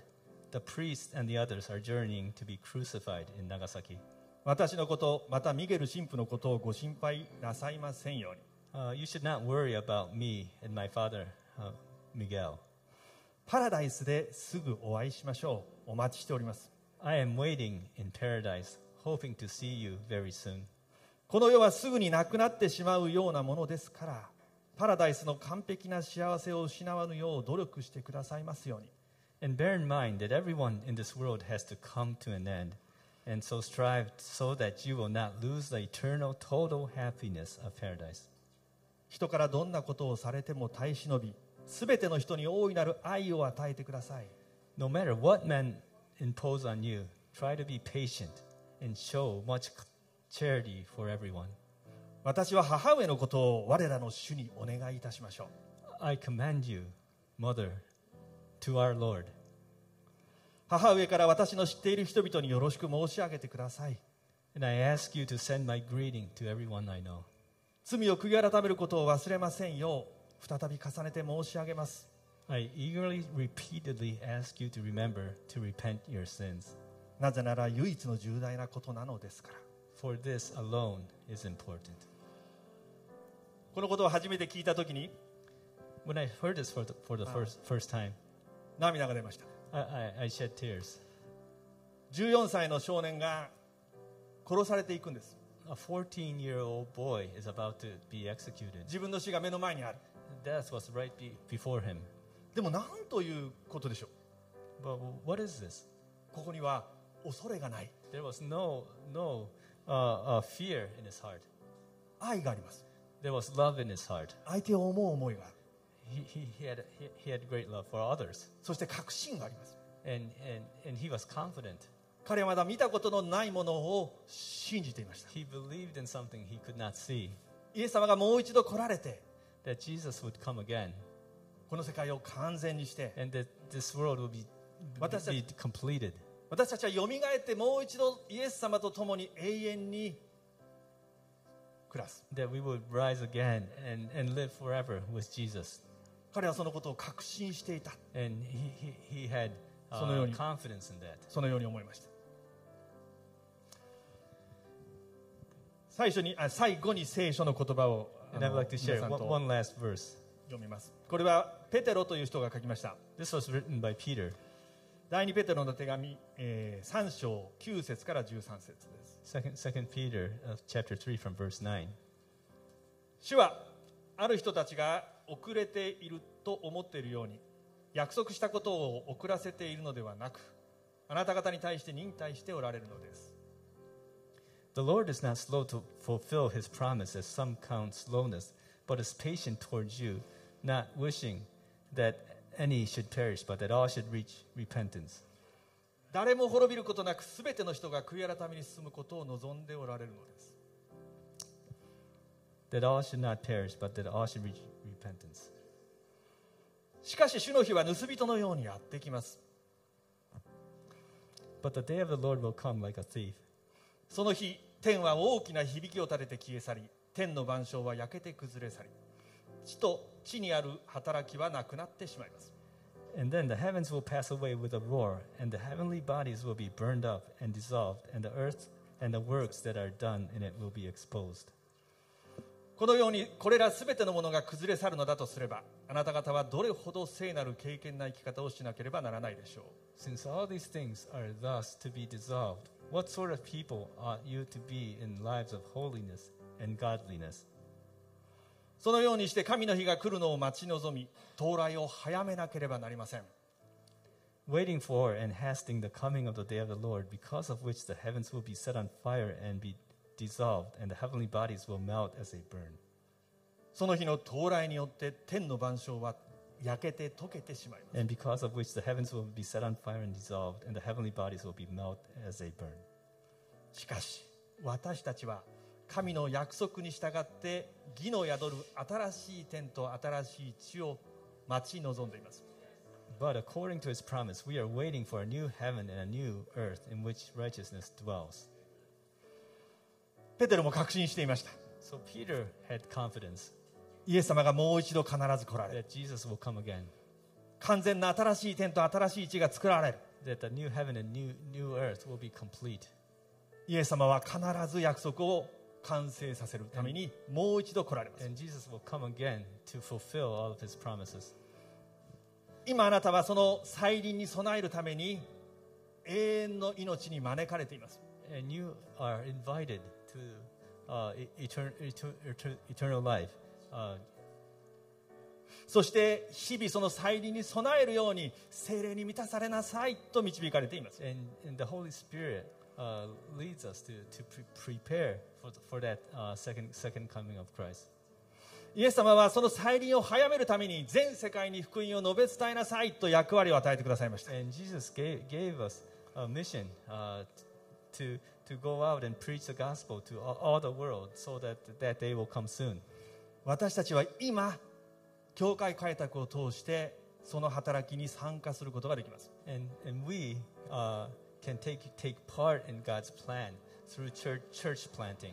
B: the priest and the others are journeying to be crucified in Nagasaki.
A: 私のことまたミゲル神父のことをご心配なさいませんように
B: Uh, you should not worry about me and my father, uh, Miguel.
A: パラダイスですぐお会いしましょうお待ちしております
B: I am waiting in paradise, hoping to see you very soon.
A: この世はすぐになくなってしまうようなものですからパラダイスの完璧な幸せを失わぬよう努力してくださいますように
B: And bear in mind that everyone in this world has to come to an end, and so strive so that you will not lose the eternal total happiness of paradise.
A: 人からどんなことをされても耐え忍びすべての人に大いなる愛を与えてください
B: No matter what men impose on you, try to be patient and show much charity for everyone.
A: 私は母上のことを我らの主にお願いいたしましょう
B: I commend you, Mother, to our Lord.
A: 母上から私の知っている人々によろしく申し上げてください
B: And I ask you to send my greeting to everyone I know.
A: 罪を悔い改めることを忘れませんよう再び重ねて申し上げます
B: I eagerly, repeatedly ask you to remember to repent your sins.
A: なぜなら唯一の重大なことなのですから
B: For this alone is important.
A: このことを初めて聞いた時に
B: When I heard this for the, for the first, first time,
A: 涙が出ました
B: I, I, I shed tears.
A: 14歳の少年が殺されていくんです
B: A 14 year old boy is about to be executed.
A: 自分の死が目の前にある
B: Death was right be, before him.
A: でも何ということでしょう
B: But what is this?
A: ここには恐れがない
B: There was no, no uh, uh, fear in his heart,
A: 愛があります
B: there was love in his heart.
A: 相手を思う思いがある
B: He, he, he, had, he, he had great love for others,
A: そして確信があります
B: and, and, and he was confident.
A: 彼はまだ見たことのないものを信じていました
B: He believed in something he could not see,
A: イエス様がもう一度来られて
B: that Jesus would come again,
A: この世界を完全にして
B: and that this world would be,
A: What does that-
B: be completed.
A: 私たちはよみがえってもう一度イエス様と共に永遠に暮らす
B: that we would rise again and, and live forever with Jesus.
A: 彼はそのことを確信していた
B: And he, he, he had uh,
A: そのように。
B: confidence in that.
A: そのように思いました最初にあ最後に聖書の言葉をあ
B: And I'd
A: の
B: like to
A: 皆
B: share
A: さん
B: one,
A: と
B: one last verse.
A: 読みますこれはペテロという人が書きました
B: This was written by Peter,
A: 第二ペテロの手紙、えー3章9節から13節です
B: Second Second Peter uh, chapter 3 from verse 9.
A: 主はある人たちが遅れていると思っているように約束したことを遅らせているのではなくあなた方に対して忍耐しておられるのです
B: The Lord is not slow to fulfill his promise, as some count slowness, but is patient towards you, not wishing that any should perish, but that all should reach repentance.
A: 誰も滅びることなく全ての人が悔い改めに進むことを望んでおられるのです
B: That all should not perish, but that all should reach repentance.
A: しかし主の日は盗人のようにやってきます
B: But the day of the Lord will come like a thief.
A: その日天は大きな響きを立てて消え去り天の晩鐘は焼けて崩れ去り地と地にある働きはなくなってしまいます
B: And then the heavens will pass away with a roar, and the heavenly bodies will be burned up and dissolved, and the earth and the works that are done in it will be exposed.
A: このようにこれらすべてのものが崩れ去るのだとすればあなた方はどれほど聖なる経験な生き方をしなければならないでしょう
B: Since all these things are thus to be dissolved, what sort of people ought you to be in lives of holiness and godliness,
A: そのようにして神の日が来るのを待ち望み到来を早めなければなりません
B: waiting for and hastening the coming of the day of the Lord, because of which the heavens will be set on fire and be dissolved, and the heavenly bodies will melt as they burn?
A: その日の到来によって天の晩鐘は焼けて溶けてしまいます
B: and because of which the heavens will be set on fire and dissolved, and the heavenly bodies will be melted as they burn.
A: しかし私たちは神の約束に従って義の宿る新しい天と新しい地を待ち望んでいます
B: But according to his promise, we are waiting for a new heaven and a new earth in which righteousness dwells.
A: ペテロも確信していました
B: So Peter had confidence
A: イエス様がもう一度必ず来られる
B: that Jesus will come again,
A: 完全な新しい天と新しい地が作られる
B: that the new heaven and new, new earth will be complete.
A: イエス様は必ず約束を完成させるためにもう一度来られます
B: And Jesus will come again to fulfill all of his promises.
A: 今あなたはその再臨に備えるために永遠の命に招かれています
B: And you are invited to uh, e- etern- eter- eter- eternal life. Uh,
A: そして日々その再臨に備えるように精霊に満たされなさいと導かれています
B: And, and the Holy Spirit uh, leads us to, to pre- prepare for, the, for that uh, second, second coming of Christ.
A: イエス様はその再臨を早めるために全世界に福音を述べ伝えなさいと役割を与えてくださいました
B: And Jesus gave, gave us a mission uh, to, to go out and preach the gospel to all, all the world so that that day will come soon.
A: 私たちは今教会開拓を通してその働きに参加することができます
B: And, and we uh, can take, take part in God's plan through church, church planting.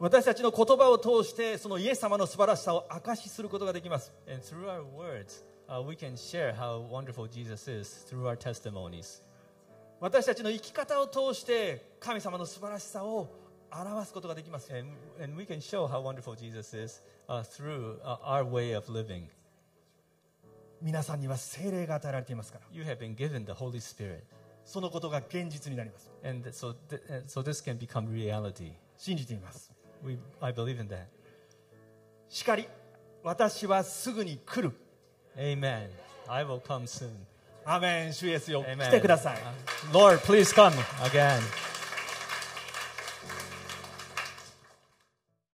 A: 私たちの言葉を通してそのイエス様の素晴らしさを証しすることができます
B: And through our words, uh, we can share how wonderful Jesus is through our testimonies.
A: 私たちの生き方を通して神様の素晴らしさを表すことができますよ
B: And, and we can show how wonderful Jesus is uh, through uh, our way of living.
A: 皆さんには精霊が与えられていますから
B: You have been given the Holy Spirit.
A: そのことが現実になります
B: And th- so, th- uh, so this can become reality.
A: 信じています
B: We, I believe in that.
A: しかり私はすぐに来る
B: Amen. I will come soon.
A: アーメン主イエスよ
B: Amen.
A: 来てください
B: Uh, Lord, please come again.